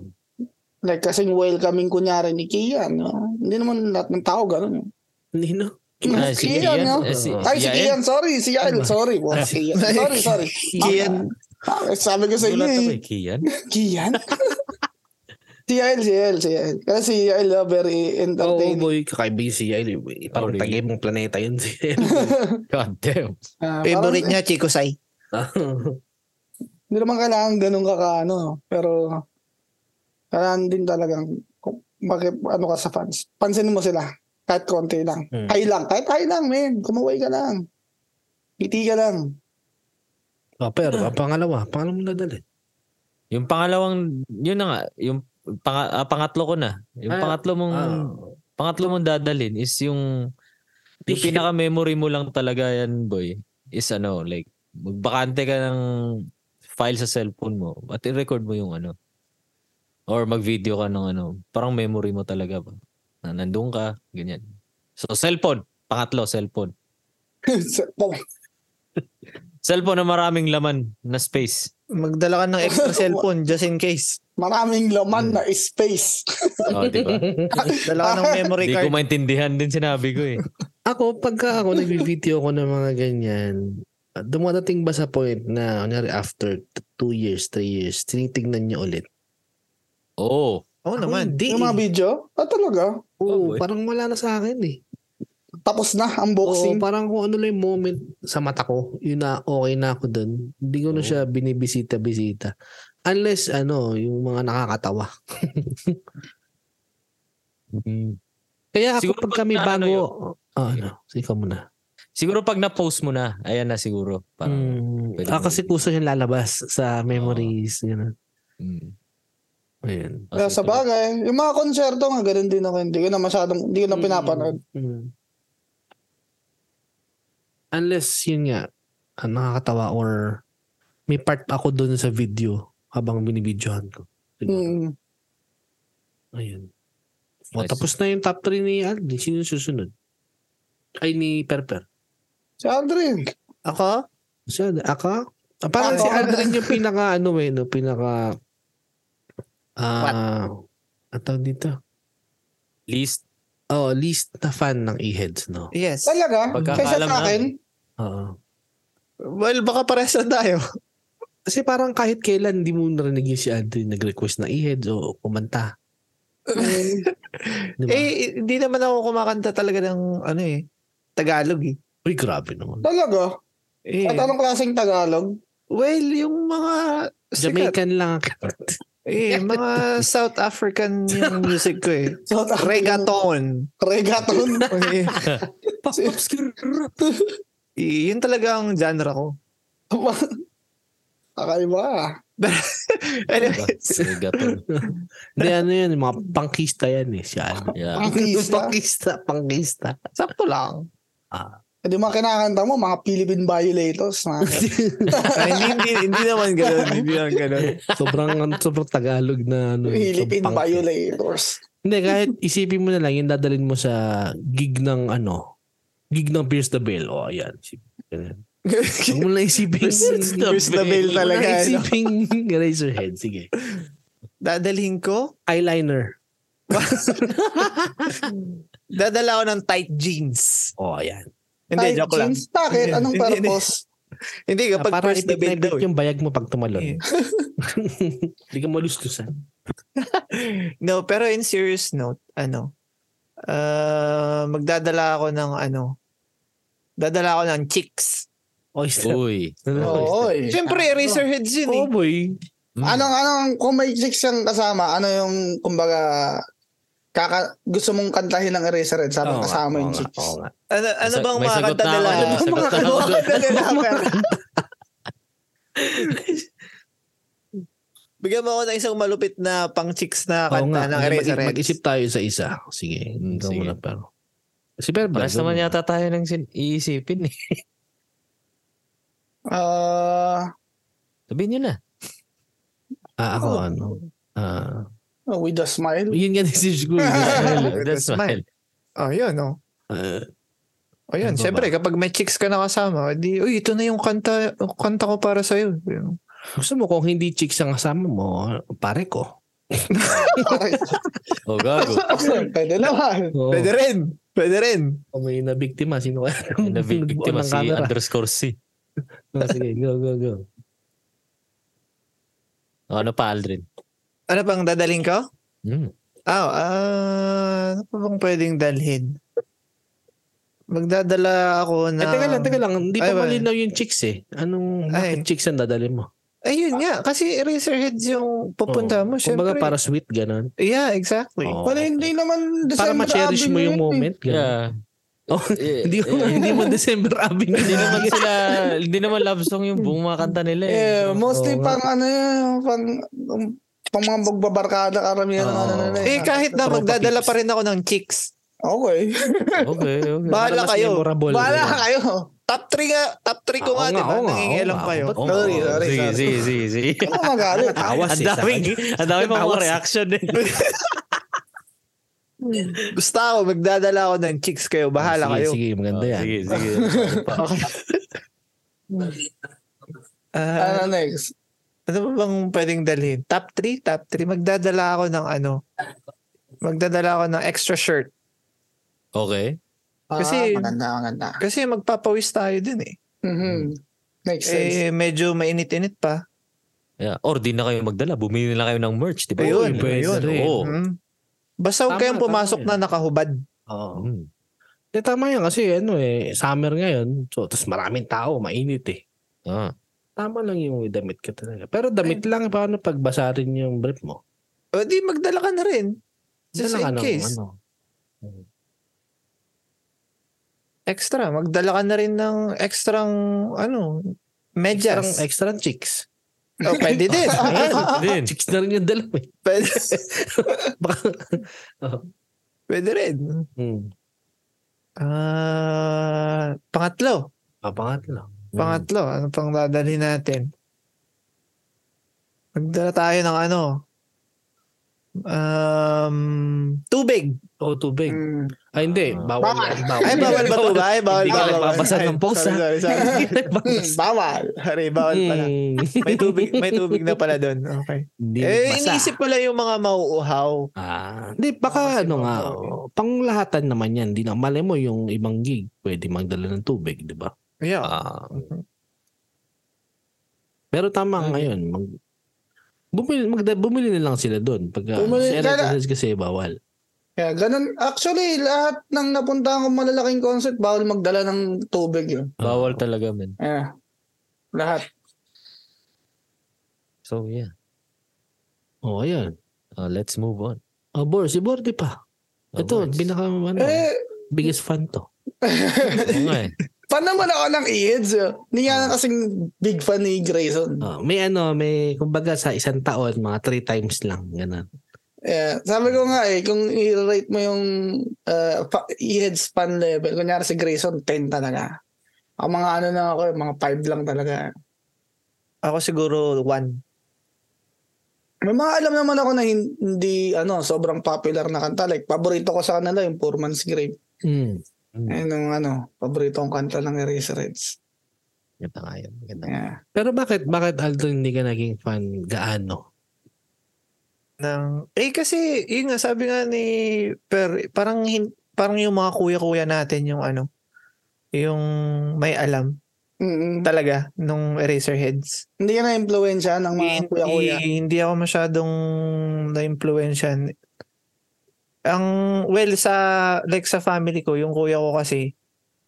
Speaker 3: Like kasing welcoming kunyari ni Kian. no? Hindi naman lahat ng tao ganun. eh.
Speaker 2: Nino?
Speaker 1: Ah, si
Speaker 3: si
Speaker 1: Ian,
Speaker 3: Kian, no?
Speaker 1: eh, si-
Speaker 2: Oo.
Speaker 3: Ay, si
Speaker 1: Yael.
Speaker 3: Kian, sorry. Si Yael, sorry. Oh, si Kian. Sorry, sorry.
Speaker 2: Ian.
Speaker 3: Ah, sabi ko sa inyo
Speaker 1: Gulat ako
Speaker 3: eh.
Speaker 1: eh, Kian.
Speaker 3: Kian? si Yael, si Yael, si Yael. Kasi si Yael, ah, very
Speaker 2: Oo, oh,
Speaker 3: entertaining.
Speaker 2: boy. Kakaibig si Yael. eh.
Speaker 1: Oh,
Speaker 2: Parang
Speaker 1: really?
Speaker 2: tagay mong planeta yun si Yael.
Speaker 1: God damn.
Speaker 3: Ah,
Speaker 4: Favorite
Speaker 3: parang,
Speaker 4: niya, Chico Sai.
Speaker 2: Ah,
Speaker 3: Hindi naman kailangan ganun ka kaano. Pero, kailangan din talagang kung bakit ano ka sa fans. Pansinin mo sila. Kahit konti lang.
Speaker 2: Hmm.
Speaker 3: High lang. Kahit high lang, man. Kumaway ka lang. Ngiti ka lang.
Speaker 2: oh, pero ang pangalawa, pangalawa mo nadali.
Speaker 1: Yung pangalawang, yun na nga, yung pang, ah, pangatlo ko na. Yung
Speaker 2: Ah,
Speaker 1: pangatlo mong,
Speaker 2: Oh.
Speaker 1: pangatlo mong dadalin is yung, yung
Speaker 2: Picture.
Speaker 1: pinaka-memory mo lang talaga yan, boy. Is ano, like, magbakante ka ng file sa cellphone mo at i-record mo yung ano. Or mag-video ka ng ano. Parang memory mo talaga ba? Na nandun ka, ganyan. So, cellphone. Pangatlo, cellphone.
Speaker 3: Sa-
Speaker 1: Cellphone na maraming laman na space.
Speaker 4: Magdala ka ng extra cellphone just in case.
Speaker 3: Maraming laman na space.
Speaker 1: Oh, di ba?
Speaker 4: Dala ka ng memory
Speaker 1: Hindi ko
Speaker 4: card.
Speaker 1: maintindihan din sinabi ko eh.
Speaker 2: Ako, pagka ako nag-video ako ng mga ganyan, dumadating ba sa point na, kunyari, after t- two years, three years, tinitingnan niyo ulit?
Speaker 1: Oo. Oh,
Speaker 4: Oo
Speaker 2: Ako
Speaker 4: naman.
Speaker 2: Hindi.
Speaker 3: yung mga video, ah, talaga.
Speaker 1: Oh,
Speaker 2: Oo,
Speaker 1: boy.
Speaker 2: parang wala na sa akin eh.
Speaker 3: Tapos na ang
Speaker 2: Oo,
Speaker 3: boxing.
Speaker 4: Oh,
Speaker 2: parang kung ano lang yung moment sa mata ko, yun na okay na ako dun. Hindi ko na
Speaker 1: Oo.
Speaker 2: siya binibisita-bisita. Unless, ano, yung mga nakakatawa.
Speaker 1: Mm-hmm.
Speaker 2: Kaya ako
Speaker 1: Siguro
Speaker 2: pag
Speaker 1: pag
Speaker 2: kami
Speaker 1: na-
Speaker 2: bago...
Speaker 1: ano yun?
Speaker 2: Ah, ano? Sige ka muna.
Speaker 1: Siguro pag na-post mo na, ayan na siguro. Parang,
Speaker 2: Hmm.
Speaker 1: pwede
Speaker 2: Ah,
Speaker 1: mo-
Speaker 2: kasi kusa yung lalabas sa memories. Ganun.
Speaker 1: mm.
Speaker 2: Ayan.
Speaker 3: Kaya sa bagay, yung mga konserto nga, ganun din ako. Hindi ko na masyadong, hindi ko na pinapanood.
Speaker 2: Mm. Unless, yun nga, ah, nakakatawa or may part ako dun sa video habang binibidyohan ko. Siguro.
Speaker 3: Mm.
Speaker 2: Ayun. O,
Speaker 1: Nice.
Speaker 2: tapos na yung top 3 ni Aldi. Sino yung susunod? Ay, ni Perper.
Speaker 3: Si Aldrin.
Speaker 4: Ako?
Speaker 2: Si Ad- Aka? Ah, Parang
Speaker 3: Ako.
Speaker 2: si Aldrin yung pinaka, ano eh, no? Pinaka, ah, ang tawag dito?
Speaker 1: Least.
Speaker 2: Oh, least na fan ng E-Heads, no?
Speaker 4: Yes.
Speaker 3: Talaga?
Speaker 1: Pagkakaalam
Speaker 3: Kaysa sa akin?
Speaker 2: Oo.
Speaker 4: Well, baka pares na tayo.
Speaker 2: Kasi parang kahit kailan hindi mo narinig yung si Aldrin nag-request na i-heads o kumanta.
Speaker 3: Mm.
Speaker 2: Di ba?
Speaker 4: Eh, hindi naman ako kumakanta talaga ng, ano eh, Tagalog eh.
Speaker 2: Uy, grabe naman.
Speaker 3: Talaga?
Speaker 4: eh
Speaker 3: At anong klaseng Tagalog?
Speaker 4: well, yung mga sikat,
Speaker 2: Jamaican lang.
Speaker 4: eh, mga South African yung music ko eh.
Speaker 3: So, ta-
Speaker 4: Reggaeton.
Speaker 3: Reggaeton.
Speaker 4: eh,
Speaker 2: Pop-obscure rap.
Speaker 4: yun talaga ang genre ko.
Speaker 3: Kakaiba.
Speaker 4: But, anyway,
Speaker 1: Megaton.
Speaker 2: Hindi, ano yun, yung mga pangkista yan eh, siya.
Speaker 1: Yeah.
Speaker 2: Yung
Speaker 3: Pangkista.
Speaker 2: pangkista, pangkista.
Speaker 4: sakto lang.
Speaker 3: Hindi mga kinakanta mo, mga Philippine violators. Mga,
Speaker 4: Ah, hindi, hindi, hindi naman ganun. Hindi naman ganun.
Speaker 2: sobrang, ano, sobrang Tagalog na ano. sobrang
Speaker 3: Philippine
Speaker 2: pangkista.
Speaker 3: violators.
Speaker 2: Hindi, kahit isipin mo na lang, yung dadalhin mo sa gig ng ano, gig ng Pierce the Bell. O, oh, ayan. Isipin ka na. Huwag mo lang isipin.
Speaker 4: Pierce the Pierce the Bell. Bell talaga,
Speaker 2: Huwag mo lang
Speaker 4: ano.
Speaker 2: isipin Razorhead. Sige.
Speaker 4: Dadalhin ko?
Speaker 2: Eyeliner.
Speaker 4: Dadala ko ng tight jeans.
Speaker 2: O, oh, ayan.
Speaker 4: Hindi,
Speaker 3: Ay,
Speaker 4: joke lang. Ah,
Speaker 3: jeans, Bakit? Anong
Speaker 4: Hindi, hindi.
Speaker 3: purpose?
Speaker 4: Hindi, kapag
Speaker 2: Ah, Parang
Speaker 4: first debate daw.
Speaker 2: ipit
Speaker 4: eh.
Speaker 2: yung bayag mo pag tumalon.
Speaker 4: Yeah.
Speaker 2: Hindi ka ah. malustusan.
Speaker 4: No, pero in serious note, ano, uh, magdadala ako ng ano, dadala ako ng chicks.
Speaker 2: Oyster.
Speaker 1: Uy.
Speaker 3: Oo, eh.
Speaker 4: Siyempre, Eraserheads yun eh.
Speaker 2: Oh, boy.
Speaker 1: Mm.
Speaker 2: Hmm.
Speaker 3: Anong, anong, kung may chicks yung kasama, ano yung, kumbaga, kaka, gusto mong kantahin ng Eraserhead, sabi
Speaker 2: Oo nga,
Speaker 3: kasama
Speaker 2: oo
Speaker 3: yung
Speaker 2: nga,
Speaker 3: chicks.
Speaker 2: oo nga.
Speaker 4: Ano, ano
Speaker 1: May sa-
Speaker 4: bang
Speaker 1: may
Speaker 4: mga
Speaker 1: sagot na
Speaker 4: kanta nila?
Speaker 1: ako, may
Speaker 4: Ano
Speaker 1: sagot
Speaker 4: mga
Speaker 1: na ako.
Speaker 4: kanta nila? Bigyan mo ako ng isang malupit na pang chicks na
Speaker 2: Oo
Speaker 4: kanta
Speaker 2: nga.
Speaker 4: ng
Speaker 2: Mag-
Speaker 4: Eraserheads.
Speaker 2: Mag-isip tayo sa isa. Sige. Ikaw
Speaker 1: sige.
Speaker 2: muna pero. Si Pervert.
Speaker 1: Pares naman yata tayo ng sin- iisipin eh.
Speaker 3: Ah,
Speaker 1: Sabihin nyo na.
Speaker 2: Ah, ako
Speaker 3: Oh.
Speaker 2: ano. Ah,
Speaker 3: with a smile.
Speaker 2: yun nga decision ko. Ah,
Speaker 1: That's smile.
Speaker 4: Oh, yun, oh.
Speaker 2: Eh.
Speaker 4: O yun,
Speaker 1: Ano ba
Speaker 4: syempre, kapag may chicks ka na kasama, di, uy, ito na yung kanta, kanta ko para sa'yo. Yun.
Speaker 2: gusto mo kung hindi chicks ang kasama mo, pare ko.
Speaker 1: Oh, gago.
Speaker 3: Pwede naman.
Speaker 2: Oh,
Speaker 4: Pwede rin. Pwede rin.
Speaker 2: may nabiktima. Sino kaya?
Speaker 1: Yung nabiktima
Speaker 2: nag-on ng
Speaker 1: si
Speaker 2: camera?
Speaker 1: underscore C.
Speaker 2: Oh, sige, go, go, go.
Speaker 1: O, ano pa, Aldrin?
Speaker 4: Ano pang dadaling ko?
Speaker 2: Hmm.
Speaker 1: Mm.
Speaker 4: Ah, ah, ano pa bang pwedeng dalhin? Magdadala ako na...
Speaker 2: Eh, teka lang, teka lang. Hindi pa
Speaker 4: Ay, wala.
Speaker 2: malinaw yung chicks eh. Anong bakit
Speaker 4: Ay.
Speaker 2: chicks ang dadali mo?
Speaker 4: Ayun nga, kasi Eraserheads yung pupunta mo, syempre.
Speaker 2: Kumbaga para sweet, ganun.
Speaker 4: Yeah, exactly.
Speaker 2: Oo.
Speaker 3: Wala, hindi naman
Speaker 2: Para
Speaker 3: December
Speaker 2: ma-cherish
Speaker 3: Avenue
Speaker 2: mo yung
Speaker 3: yun eh.
Speaker 2: moment. Ganun.
Speaker 1: Yeah.
Speaker 2: Oh,
Speaker 1: Eh,
Speaker 2: Hindi mo,
Speaker 1: eh,
Speaker 2: hindi mo December Avenue.
Speaker 1: Hindi naman sila, hindi naman love song yung buong mga kanta nila eh.
Speaker 3: Yeah, mostly
Speaker 2: Oo nga.
Speaker 3: pang ano yun, pang, um, pang mga magbabarkada karamihan ng
Speaker 2: Oo.
Speaker 3: ano nila.
Speaker 4: Eh, kahit na
Speaker 2: Tropa
Speaker 4: magdadala
Speaker 2: pics.
Speaker 4: pa rin ako ng chicks.
Speaker 3: Okay.
Speaker 1: Okay, okay.
Speaker 2: Para
Speaker 4: Bahala
Speaker 2: mas
Speaker 4: kayo.
Speaker 2: memorable.
Speaker 3: Bahala
Speaker 2: Ganun.
Speaker 3: kayo.
Speaker 4: Top 3 nga, top 3 ko
Speaker 2: Oo
Speaker 4: nga,
Speaker 2: nga,
Speaker 4: di ba?
Speaker 2: oo nga,
Speaker 4: Nangingialam
Speaker 2: oo
Speaker 4: kayo.
Speaker 2: nga.
Speaker 4: ah,
Speaker 2: Ba't-
Speaker 1: Oo,
Speaker 3: Sorry,
Speaker 1: oo.
Speaker 3: sorry,
Speaker 1: Sige,
Speaker 3: sorry.
Speaker 1: sige, sige, sige.
Speaker 3: Ano magalit?
Speaker 2: Tawas
Speaker 1: Ang
Speaker 2: eh. sa
Speaker 1: daming,
Speaker 2: kanya.
Speaker 1: ang daming mga
Speaker 2: Tawas.
Speaker 1: reaction eh.
Speaker 4: Gusto ako, magdadala ako ng chicks kayo. Bahala
Speaker 2: Ah, sige,
Speaker 4: kayo.
Speaker 2: Sige, maganda yan.
Speaker 1: Sige, sige.
Speaker 4: Ah,
Speaker 3: Ano next?
Speaker 4: ano ba bang pwedeng dalhin? Top 3? Top 3. Magdadala ako ng ano? Magdadala ako ng extra shirt.
Speaker 1: Okay.
Speaker 3: ah,
Speaker 4: Kasi-
Speaker 3: maganda, maganda.
Speaker 4: Kasi magpapawis tayo dun eh.
Speaker 3: Mhm. Next sense.
Speaker 4: Eh, medyo mainit-init pa.
Speaker 1: Yeah. Or di na kayo magdala. Bumili na lang kayo ng merch, di ba?
Speaker 4: Ayun,
Speaker 1: Uy, pwede
Speaker 4: ayun,
Speaker 1: rin. Oo.
Speaker 4: Mm. Basta
Speaker 2: Tama,
Speaker 4: huwag kayong pumasok
Speaker 2: tama
Speaker 4: na nakahubad.
Speaker 2: Oo.
Speaker 1: Mm.
Speaker 2: Eh, tama yan kasi ano eh, summer ngayon. So, tapos maraming tao, mainit eh.
Speaker 1: Ah.
Speaker 2: Tama lang yung damit ka talaga. Pero damit lang, paano pagbasarin yung brief mo?
Speaker 4: O di, magdala ka na rin.
Speaker 2: Dala ka
Speaker 4: Just in
Speaker 2: ng
Speaker 4: case.
Speaker 2: Ano,
Speaker 4: Extra. Magdala ka na rin ng extrang, ano,
Speaker 2: extra,
Speaker 4: medyas.
Speaker 2: extra chicks.
Speaker 4: O, pwede din.
Speaker 1: Ayun,
Speaker 4: ah,
Speaker 1: din.
Speaker 2: Chicks na rin yung dalaw eh.
Speaker 4: pwede,
Speaker 2: Baka, oh.
Speaker 4: pwede rin.
Speaker 2: hmm.
Speaker 4: Ah, pangatlo.
Speaker 2: Papangat Ah, lang.
Speaker 4: Pangatlo, ano pang dadalhin natin? Magdala tayo ng ano? Um, tubig.
Speaker 2: O tubig.
Speaker 3: Mm.
Speaker 2: Ay, hindi. Bawal.
Speaker 3: Bawal.
Speaker 2: bawal.
Speaker 4: Ay, bawal ba tubig? Ay, bawal
Speaker 2: Hindi
Speaker 4: ba?
Speaker 2: ka
Speaker 4: Bawal.
Speaker 2: nagbabasa
Speaker 4: Ay,
Speaker 2: ng post,
Speaker 4: sorry, sorry, sorry.
Speaker 3: Mm, bawal.
Speaker 4: Sorry, bawal pala.
Speaker 2: Hmm.
Speaker 4: May tubig, may tubig na pala doon. Okay.
Speaker 2: Hindi
Speaker 4: Eh,
Speaker 2: basa.
Speaker 4: iniisip ko lang yung mga mauuhaw.
Speaker 2: Ah, hindi, baka
Speaker 4: Kasi
Speaker 2: ano nga,
Speaker 4: bawal.
Speaker 2: oh, panglahatan naman yan. Di na, malay mo yung ibang gig, pwede magdala ng tubig, di ba?
Speaker 4: Yeah.
Speaker 2: Ah. Pero tama ngayon, mag, bumili, magda, bumili na lang sila doon. Pag
Speaker 3: Bumili-
Speaker 2: bumili,
Speaker 3: kaya-
Speaker 2: kasi bawal.
Speaker 3: Yeah, ganun. Actually, lahat ng napuntahan kong malalaking concert, bawal magdala ng tubig yun.
Speaker 1: Bawal talaga, man.
Speaker 3: Yeah. Lahat.
Speaker 1: So, yeah.
Speaker 2: Oo, oh, ayan.
Speaker 1: Uh, let's move on.
Speaker 2: Oh, Bor, si Bor, di pa.
Speaker 1: Oh,
Speaker 2: Ito,
Speaker 1: Bors.
Speaker 2: pinaka, ano,
Speaker 3: Eh,
Speaker 2: biggest fan to.
Speaker 1: Oo nga eh.
Speaker 3: Fan naman ako ng Ieds. eh. Hindi nga lang kasing big fan ni Grayson.
Speaker 2: Oh, may ano, may kumbaga sa isang taon, mga three times lang. Ganun.
Speaker 3: Yeah. Sabi ko nga eh, kung i-rate mo yung uh, fa- Ieds fan level, kunyari si Grayson, 10 talaga. Ang mga ano na ako, mga 5 lang talaga.
Speaker 4: Ako siguro one.
Speaker 3: May mga alam naman ako na hin- hindi ano, sobrang popular na kanta. Like, paborito ko sa kanila yung Poor Man's Grave.
Speaker 2: Mm.
Speaker 3: Ayun yung ano, paborito kong kanta ng Eraserheads.
Speaker 2: Ganda nga yun. Ganda.
Speaker 3: Yeah.
Speaker 2: Pero bakit, bakit Aldo hindi ka naging fan gaano?
Speaker 4: ng eh kasi yun nga sabi nga ni per parang hin- parang yung mga kuya-kuya natin yung ano yung may alam
Speaker 3: Mm-mm.
Speaker 4: talaga nung Eraserheads.
Speaker 3: Hindi ka na-influensya ng mga
Speaker 4: Hindi-
Speaker 3: kuya-kuya.
Speaker 4: Hindi ako masyadong na-influensyan. Ang well sa like sa family ko, yung kuya ko kasi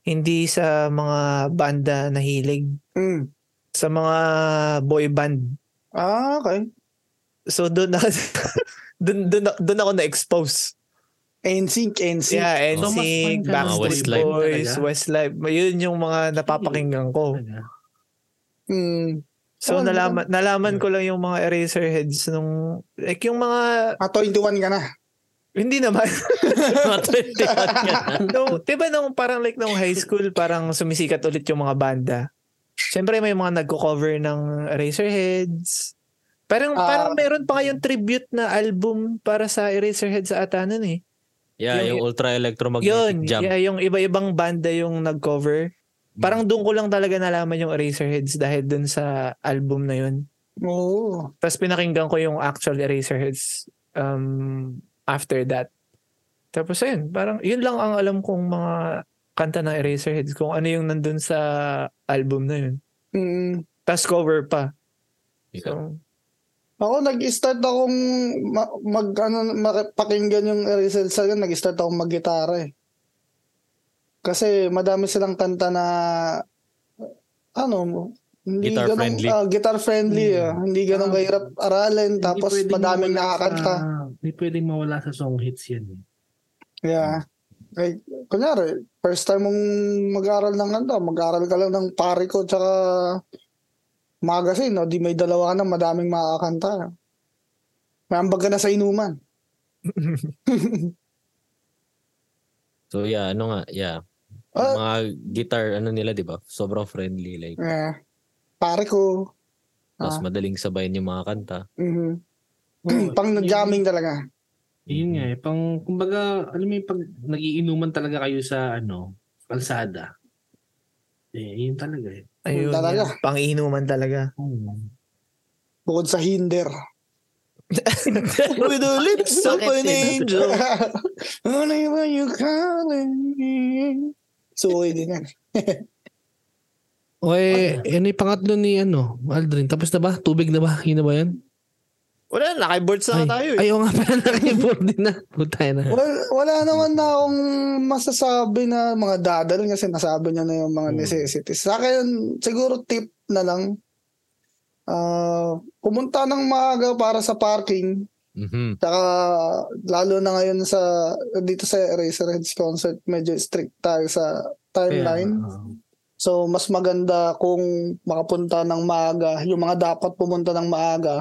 Speaker 4: hindi sa mga banda na hilig
Speaker 3: Mm.
Speaker 4: sa mga boy band.
Speaker 3: Ah, okay.
Speaker 4: So doon na doon doon doon ako na-expose.
Speaker 3: NSYNC, NSYNC.
Speaker 4: Yeah,
Speaker 2: So, mas fun ka
Speaker 4: NSYNC,
Speaker 2: na.
Speaker 4: Backstreet
Speaker 1: Westlife
Speaker 4: Boys,
Speaker 2: talaga.
Speaker 4: Westlife. Yun yung mga napapakinggan ko.
Speaker 3: Mm. Oh,
Speaker 4: So nalaman nalaman ko lang yung mga Eraserheads nung like yung mga
Speaker 3: Ah, 21 ka na.
Speaker 4: hindi naman
Speaker 1: Matrendihan ka na.
Speaker 4: nung 'di ba nung parang like nung high school parang sumisikat ulit yung mga banda. Siyempre may mga nagko-cover ng Eraserheads. Parang
Speaker 3: Ah.
Speaker 4: parang meron pa kayong tribute na album para sa Eraserheads sa ata nun eh.
Speaker 1: Yeah, yung,
Speaker 4: Yung-
Speaker 1: ultra electromagnetic
Speaker 4: Yun,
Speaker 1: jump.
Speaker 4: yeah, yung iba-ibang banda yung nag-cover. Parang doon ko lang talaga nalaman yung Eraserheads dahil doon sa album na yun.
Speaker 3: Oo.
Speaker 4: Tapos pinakinggan ko yung actual Eraserheads um, after that. Tapos ayun, parang yun lang ang alam kong mga kanta ng Eraserheads, kung ano yung nandun sa album na yun.
Speaker 3: Mm.
Speaker 4: Tapos cover pa.
Speaker 1: Ikaw.
Speaker 4: So,
Speaker 3: Ako, nag-start akong ma- mag, ano, makipakinggan yung Eraserheads talaga. Nag-start akong mag-gitara eh. Kasi madami silang kanta na, ano, hindi
Speaker 1: Guitar
Speaker 3: ganun-
Speaker 1: friendly.
Speaker 3: ah, guitar friendly.
Speaker 2: Mm.
Speaker 3: ah. Hindi ganun
Speaker 2: Ah.
Speaker 3: kahirap aralin. Tapos madaming nakakanta.
Speaker 2: Hindi pwedeng mawala sa song hits yan. eh.
Speaker 3: Yeah. Like, kunyari, first time mong mag-aral ng ano, mag-aral ka lang ng pare ko tsaka magazine, no? di may dalawa ka na madaming makakanta. May ambag ka na sa inuman.
Speaker 1: So yeah, ano nga, yeah.
Speaker 3: Ah.
Speaker 1: mga guitar, ano nila, di ba? Sobrang friendly. Like,
Speaker 3: Yeah. Pare ko.
Speaker 1: mas
Speaker 3: Ah.
Speaker 1: madaling sabayin yung mga kanta.
Speaker 3: Mhm.
Speaker 5: Oo,
Speaker 3: Pang
Speaker 5: yun-
Speaker 3: jamming talaga.
Speaker 5: Yun nga eh. Pang, kumbaga, alam mo yung pag nagiinuman talaga kayo sa, ano, kalsada. Eh, yun talaga eh.
Speaker 4: ayun.
Speaker 3: Talaga.
Speaker 4: yun. Pang-inuman talaga.
Speaker 3: Bukod sa hinder.
Speaker 4: With the lips of an angel.
Speaker 3: Only when you calling me. So, hindi nga.
Speaker 2: O eh, ano yung pangatlo ni ano, Aldrin? Tapos na ba? Tubig na ba? Yun na ba yan?
Speaker 4: Wala, naka-boards na
Speaker 2: Ay,
Speaker 4: tayo eh.
Speaker 2: Ayaw nga pala nakipor din na. Putay na.
Speaker 3: Wala, wala naman na akong masasabi na mga dadal kasi nasabi niya na yung mga
Speaker 2: Hmm.
Speaker 3: necessities. Sa akin, siguro tip na lang. ah pumunta ng maaga para sa parking.
Speaker 1: Mhm.
Speaker 3: Tsaka lalo na ngayon sa dito sa Eraserheads concert, medyo strict tayo sa timeline. So mas maganda kung makapunta ng maaga, yung mga dapat pumunta ng maaga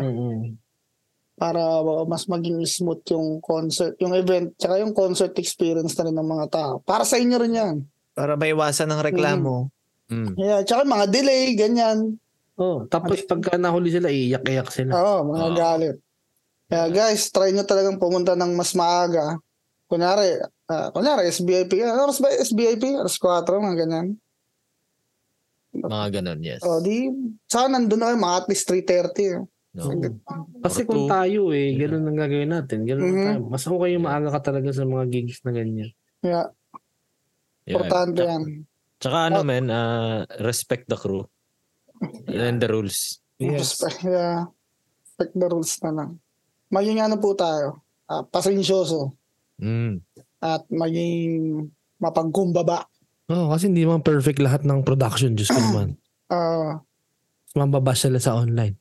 Speaker 3: para mas maging smooth yung concert, yung event, tsaka yung concert experience na rin ng mga tao. Para sa inyo rin yan.
Speaker 4: Para maiwasan ng reklamo.
Speaker 1: Mm.
Speaker 3: Yeah, tsaka mga delay, ganyan.
Speaker 2: Oh, tapos pagka nahuli sila, iiyak-iyak
Speaker 4: Ah,
Speaker 2: sila.
Speaker 3: Oo, mga
Speaker 1: Oo.
Speaker 3: galit. Kaya guys, try nyo talagang pumunta ng mas maaga. Kunwari, ah, kunwari, SBIP. Ano oras ba SBIP? Alas 4, mga ganyan.
Speaker 1: Mga ganun, yes.
Speaker 3: O, Oh, di, sana nandun na kayo, mga at least 3.30. eh.
Speaker 1: No. Or
Speaker 2: Kasi kung
Speaker 1: two.
Speaker 2: tayo eh,
Speaker 1: Yeah.
Speaker 2: ganun ang gagawin natin. Ganun
Speaker 4: Mm-hmm.
Speaker 3: Mhm.
Speaker 2: tayo. Mas okay yung maaga ka talaga sa mga gigs na ganyan.
Speaker 3: Yeah,
Speaker 1: Yeah.
Speaker 3: importante yan. Oh.
Speaker 1: Tsaka ano men, ah, respect the crew. And the rules.
Speaker 3: Respect, yeah. Respect the rules na lang. Maging ano po tayo, ah, pasensyoso.
Speaker 1: Mm.
Speaker 3: at maging mapagkumbaba.
Speaker 2: Oo, kasi hindi man perfect lahat ng production, Diyos ko naman.
Speaker 3: Ah,
Speaker 2: Mambabash sila sa online.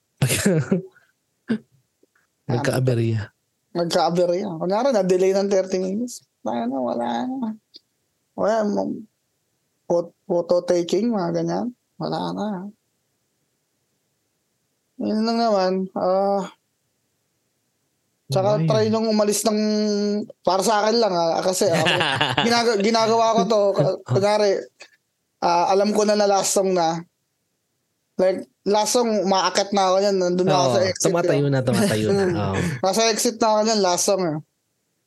Speaker 2: Nagka-aberya.
Speaker 3: nagka-aberya. Kunyari, na-delay ng 30 minutes. Wala na, wala na. Wala, ma- pho- photo taking, mga ganyan. Wala na. Yun lang naman. Ah, tsaka
Speaker 5: Ayun.
Speaker 3: try nung umalis ng... Para sa akin lang ah, kasi ako, ginaga- ginagawa ko to. K- Kunwari, ah, alam ko na na last song na. Like, last song, umaakit na ako yan. Nandun na ako
Speaker 2: Oo,
Speaker 3: sa exit. eh.
Speaker 2: tumatayo na, tumatayo na. Oo.
Speaker 3: Nasa exit na ako niyan, last song eh.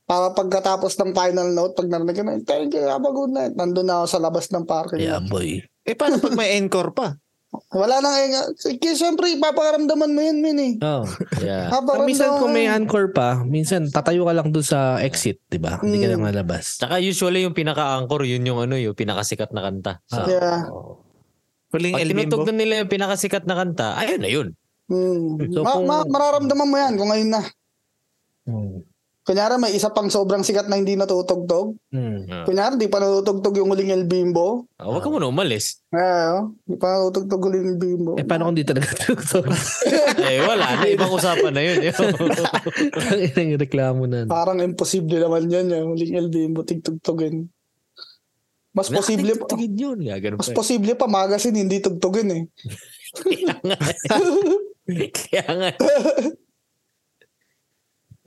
Speaker 3: Para pagkatapos ng final note, pag narinig ko na, thank you, have a good night. Nandun na ako sa labas ng parking.
Speaker 2: Yeah, boy.
Speaker 4: Eh, paano pag may encore pa?
Speaker 3: Wala nang inga. Sige, syempre, ipapakaramdaman mo yun, Min eh.
Speaker 2: Oh.
Speaker 1: yeah.
Speaker 2: Pero
Speaker 3: Paparamdaman
Speaker 2: minsan kung may
Speaker 3: mo yun.
Speaker 2: encore pa, minsan tatayo ka lang doon sa exit, di ba? Hindi ka
Speaker 3: Mm.
Speaker 2: lang nalabas.
Speaker 1: Tsaka usually yung pinaka-anchor, yun yung ano, yung pinakasikat na kanta. Sa,
Speaker 2: Ah.
Speaker 3: Yeah.
Speaker 4: Huling
Speaker 1: Pag
Speaker 4: El Bimbo.
Speaker 1: tinutugtog na nila yung pinakasikat na kanta, ayun na yun.
Speaker 3: Mm.
Speaker 2: So,
Speaker 3: ma-
Speaker 2: kung-
Speaker 3: ma- mararamdaman mo yan kung ngayon na.
Speaker 2: Mm.
Speaker 3: Kunyari, may isa pang sobrang sikat na hindi natutugtog.
Speaker 2: Mm.
Speaker 3: Kunyari, di pa natutugtog yung huling El Bimbo.
Speaker 1: Ah, Huwag ka muna umalis.
Speaker 3: Ah, oh. di pa natutugtog huling El Bimbo.
Speaker 2: Eh, paano kung di talaga tutugtog?
Speaker 1: eh, wala. Na, ibang usapan na yun.
Speaker 2: Ang inang reklamo na.
Speaker 3: Parang imposible naman yan, yung huling El Bimbo, tigtugtogin. Mas posible pa.
Speaker 1: Tingin yun. Yeah, ganun
Speaker 3: Mas
Speaker 1: pa.
Speaker 3: posible pa magazine, hindi tugtugin
Speaker 1: eh.
Speaker 3: eh.
Speaker 1: Kaya nga.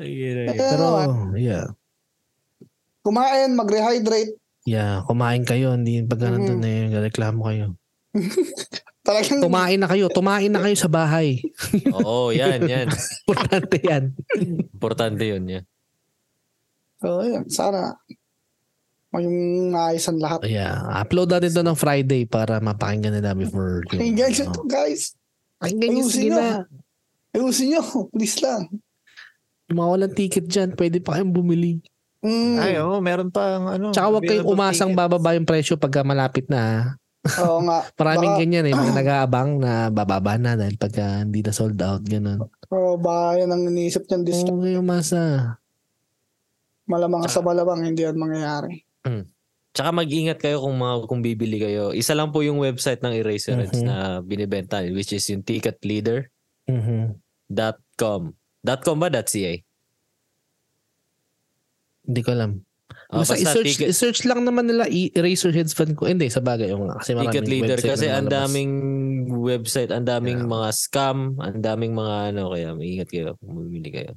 Speaker 1: Ay, yun, yun.
Speaker 3: Pero, ah,
Speaker 2: Pero, yeah.
Speaker 3: kumain, mag-rehydrate.
Speaker 2: Yeah, kumain kayo. Hindi pag
Speaker 3: Mm.
Speaker 2: nandun na yung reklamo kayo.
Speaker 3: Talagang
Speaker 2: Tumain na kayo. Tumain na kayo sa bahay.
Speaker 1: Oo, yan, yan.
Speaker 2: Importante yan.
Speaker 1: Importante yun. Yeah.
Speaker 3: Oo, oh, yun. Sana. Maging naayosan lahat.
Speaker 2: Oh, Yeah. Upload natin to ng Friday para mapakinggan nila before. Oh.
Speaker 3: Ay, guys, ito guys.
Speaker 2: Pakinggan nyo,
Speaker 3: Ayusin
Speaker 2: sige
Speaker 3: nyo.
Speaker 2: na.
Speaker 3: Ayusin nyo. Please lang.
Speaker 2: Yung mga walang ticket dyan, pwede pa kayong bumili.
Speaker 3: Mm.
Speaker 4: Ay, oo, meron pa ang ano.
Speaker 2: Tsaka huwag kayong
Speaker 4: available
Speaker 2: umasang
Speaker 4: ticket.
Speaker 2: bababa yung presyo pagka malapit na. ha.
Speaker 3: Oo nga.
Speaker 2: Maraming
Speaker 3: Baka-
Speaker 2: ganyan eh. Mga nag-aabang na bababa na dahil pagka hindi na sold out. Ganun.
Speaker 3: Oo, baka yan ang iniisip niyang
Speaker 2: Huwag
Speaker 3: discount.
Speaker 2: kayong umasa.
Speaker 3: Malamang sa malamang, hindi yan mangyayari.
Speaker 1: Tsaka mag-ingat kayo kung mga, kung bibili kayo. Isa lang po yung website ng Eraserheads
Speaker 2: Mhm.
Speaker 1: na binibenta which is yung ticketleader.com.
Speaker 2: Mhm.
Speaker 1: Dot .com ba? Dot .ca?
Speaker 2: Hindi ko alam.
Speaker 1: Oh,
Speaker 2: Basta
Speaker 1: basta
Speaker 2: i-search,
Speaker 1: ticket,
Speaker 2: i-search lang naman nila i- Eraserheads fan ko. Hindi, sa bagay. Yung, kasi maraming
Speaker 1: ticket leader
Speaker 2: website
Speaker 1: kasi
Speaker 2: na
Speaker 1: ang
Speaker 2: lumalabas.
Speaker 1: daming website, ang daming
Speaker 2: Yeah.
Speaker 1: mga scam, ang daming mga ano kaya ingat kayo kung bumili kayo.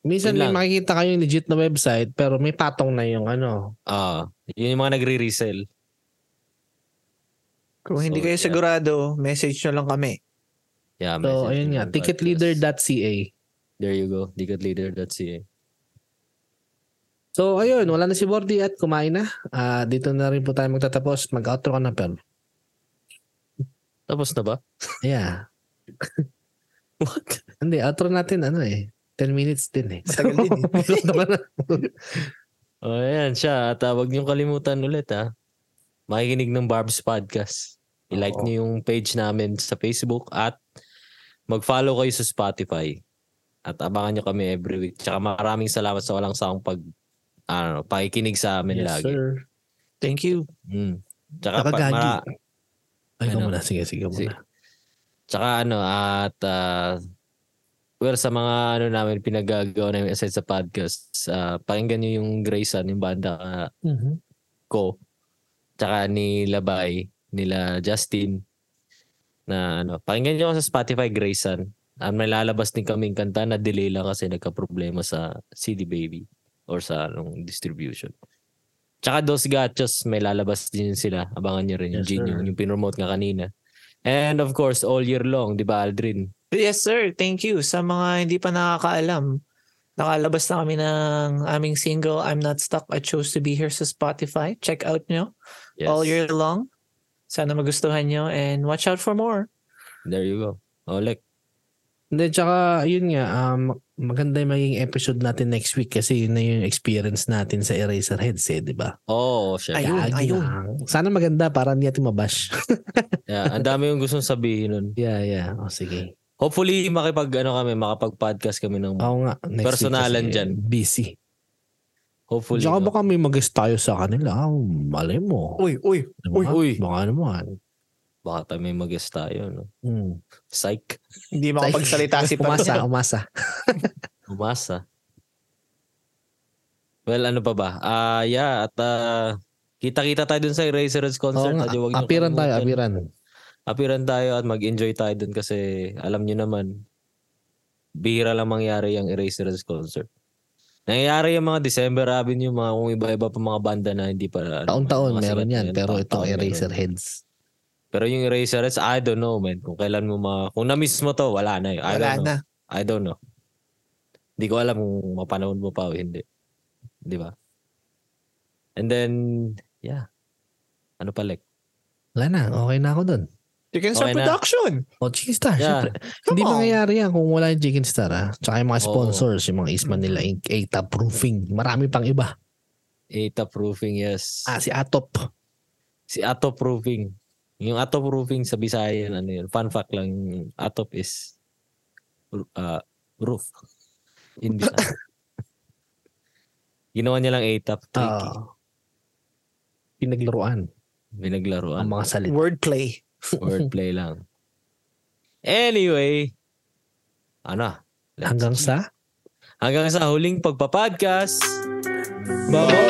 Speaker 2: Minsan
Speaker 1: Yun
Speaker 2: may
Speaker 1: lang.
Speaker 2: makikita kayo yung legit na website pero may patong na yung ano.
Speaker 1: Ah, yun yung mga nagre-resell.
Speaker 4: Kung hindi
Speaker 1: So,
Speaker 4: kayo
Speaker 1: yeah.
Speaker 4: sigurado, message nyo lang kami.
Speaker 1: Yeah,
Speaker 2: So,
Speaker 1: message
Speaker 2: ayun
Speaker 1: me
Speaker 2: nga.
Speaker 1: on podcast.
Speaker 2: Ticketleader.ca
Speaker 1: There you go. Ticketleader.ca.
Speaker 2: So, ayun. Wala na si Bordy at kumain na. Ah, dito na rin po tayo magtatapos. Mag-outro ka na, Pel.
Speaker 1: Tapos na ba?
Speaker 2: Yeah.
Speaker 1: What?
Speaker 2: Hindi, outro natin ano eh. 10 minutes din eh.
Speaker 4: Matagal din eh.
Speaker 2: Upload naman na.
Speaker 1: O Oh, ayan siya. At ah, huwag niyong kalimutan ulit ha. Makikinig ng Barb's Podcast. I-like
Speaker 4: Oo.
Speaker 1: niyo yung page namin sa Facebook at mag-follow kayo sa Spotify. At abangan niyo kami every week. Tsaka maraming salamat sa walang saong pag ano, pakikinig sa amin
Speaker 2: yes,
Speaker 1: lagi.
Speaker 2: sir.
Speaker 4: Thank you.
Speaker 1: Mm. Tsaka,
Speaker 2: Tsaka
Speaker 1: pa,
Speaker 2: gagi.
Speaker 1: mara-
Speaker 2: Ay,
Speaker 1: Ano?
Speaker 2: ano? muna. Sige, sige
Speaker 1: Si-
Speaker 2: muna.
Speaker 1: tsaka ano, at ah, well, sa mga ano namin, pinagagawa namin aside sa podcast, ah, pakinggan niyo yung Grayson, yung banda ah,
Speaker 2: Mhm.
Speaker 1: ko tsaka ni Labay nila Justin na ano pakinggan niyo ako sa Spotify Grayson at may lalabas din kaming kanta na delay lang kasi nagka-problema sa CD Baby or sa anong distribution tsaka Dos Gachos may lalabas din sila abangan niyo rin yung
Speaker 2: Yes,
Speaker 1: Gin,
Speaker 2: sir.
Speaker 1: yung, yung pinromote nga kanina and of course all year long di ba Aldrin
Speaker 4: Yes, sir. Thank you. Sa mga hindi pa nakakaalam, nakalabas na kami ng aming single, I'm Not Stuck, I Chose to Be Here sa Spotify. Check out nyo
Speaker 1: yes
Speaker 4: all year long. Sana magustuhan nyo and watch out for more.
Speaker 1: there you go Olek
Speaker 2: Hindi, tsaka, yun nga, um, maganda yung maging episode natin next week kasi yun na yung experience natin sa Eraserheads eh, di ba?
Speaker 1: oh shit
Speaker 4: Ayun,
Speaker 2: Gagi
Speaker 4: ayun.
Speaker 2: lang. Sana maganda para hindi natin mabash.
Speaker 1: yeah, ang dami yung gustong sabihin nun
Speaker 2: yeah, yeah. O, sige.
Speaker 1: hopefully makipag ano kami makapag-podcast kami ng
Speaker 2: Ako nga. Next week
Speaker 1: Personalan
Speaker 2: kasi
Speaker 1: dyan.
Speaker 2: Busy.
Speaker 1: hopefully
Speaker 2: Tsaka
Speaker 1: no?
Speaker 2: baka may mag-guest tayo sa kanila. Ah, malay mo.
Speaker 4: Uy, uy.
Speaker 2: Diba?
Speaker 1: uy, uy.
Speaker 2: Baka naman.
Speaker 1: baka tayo may mag-guest tayo, no?
Speaker 2: Hmm.
Speaker 1: Psych.
Speaker 4: Hindi makapagsalita si Pam.
Speaker 2: Umasa, umasa.
Speaker 1: Umasa. Well, ano pa ba? Ah, yeah, at ah, Kita-kita tayo dun sa Eraserheads concert.
Speaker 2: Oo nga,
Speaker 1: Tadyo, huwag niyo
Speaker 2: apiran tayo,
Speaker 1: kalimutan.
Speaker 2: apiran.
Speaker 1: Apiran tayo at mag-enjoy tayo dun kasi alam niyo naman, bihira lang mangyari yung Eraserheads concert. Nangyayari yung mga December Avenue, mga kung iba-iba pa mga banda na hindi pa... ano,
Speaker 2: Taon-taon
Speaker 1: mga sikat
Speaker 2: meron
Speaker 1: na
Speaker 2: yan, pero
Speaker 1: taon-taon
Speaker 2: itong
Speaker 1: meron.
Speaker 2: Eraserheads.
Speaker 1: Pero yung Eraserheads, I don't know, man. Kung kailan mo ma... Kung na-miss mo to, wala na. eh. I
Speaker 4: Wala
Speaker 1: don't know.
Speaker 4: na.
Speaker 1: I don't know. Hindi ko alam kung mapanahon mo pa o hindi. Di ba? And then, yeah. Ano pa, Lek?
Speaker 2: Wala na, okay na ako dun.
Speaker 4: Chicken
Speaker 1: Okay
Speaker 4: Star
Speaker 1: na.
Speaker 4: production.
Speaker 2: O, Chicken Star,
Speaker 1: Yeah.
Speaker 2: syempre. Hindi
Speaker 4: on.
Speaker 2: mangyayari yan kung wala yung Chicken Star, ha? Tsaka yung mga
Speaker 1: Oo.
Speaker 2: sponsors, yung mga Eastman nila, Inc., ATA Proofing, marami pang iba.
Speaker 1: Eta Proofing, yes.
Speaker 2: Ah, si Atop.
Speaker 1: Si Atop Proofing. Yung Atop Proofing sa Bisayan, ano yun. Fun fact lang, yung Atop is uh, roof. In Bisayan. Ginawa niya lang ATAP. Tricky.
Speaker 2: Ah. pinaglaruan ang
Speaker 1: Binaglaruan.
Speaker 2: mga salita.
Speaker 4: Wordplay.
Speaker 1: Wordplay lang. Anyway, ano?
Speaker 2: Hanggang sa
Speaker 1: Hanggang sa huling pagpapodcast.
Speaker 4: Bye.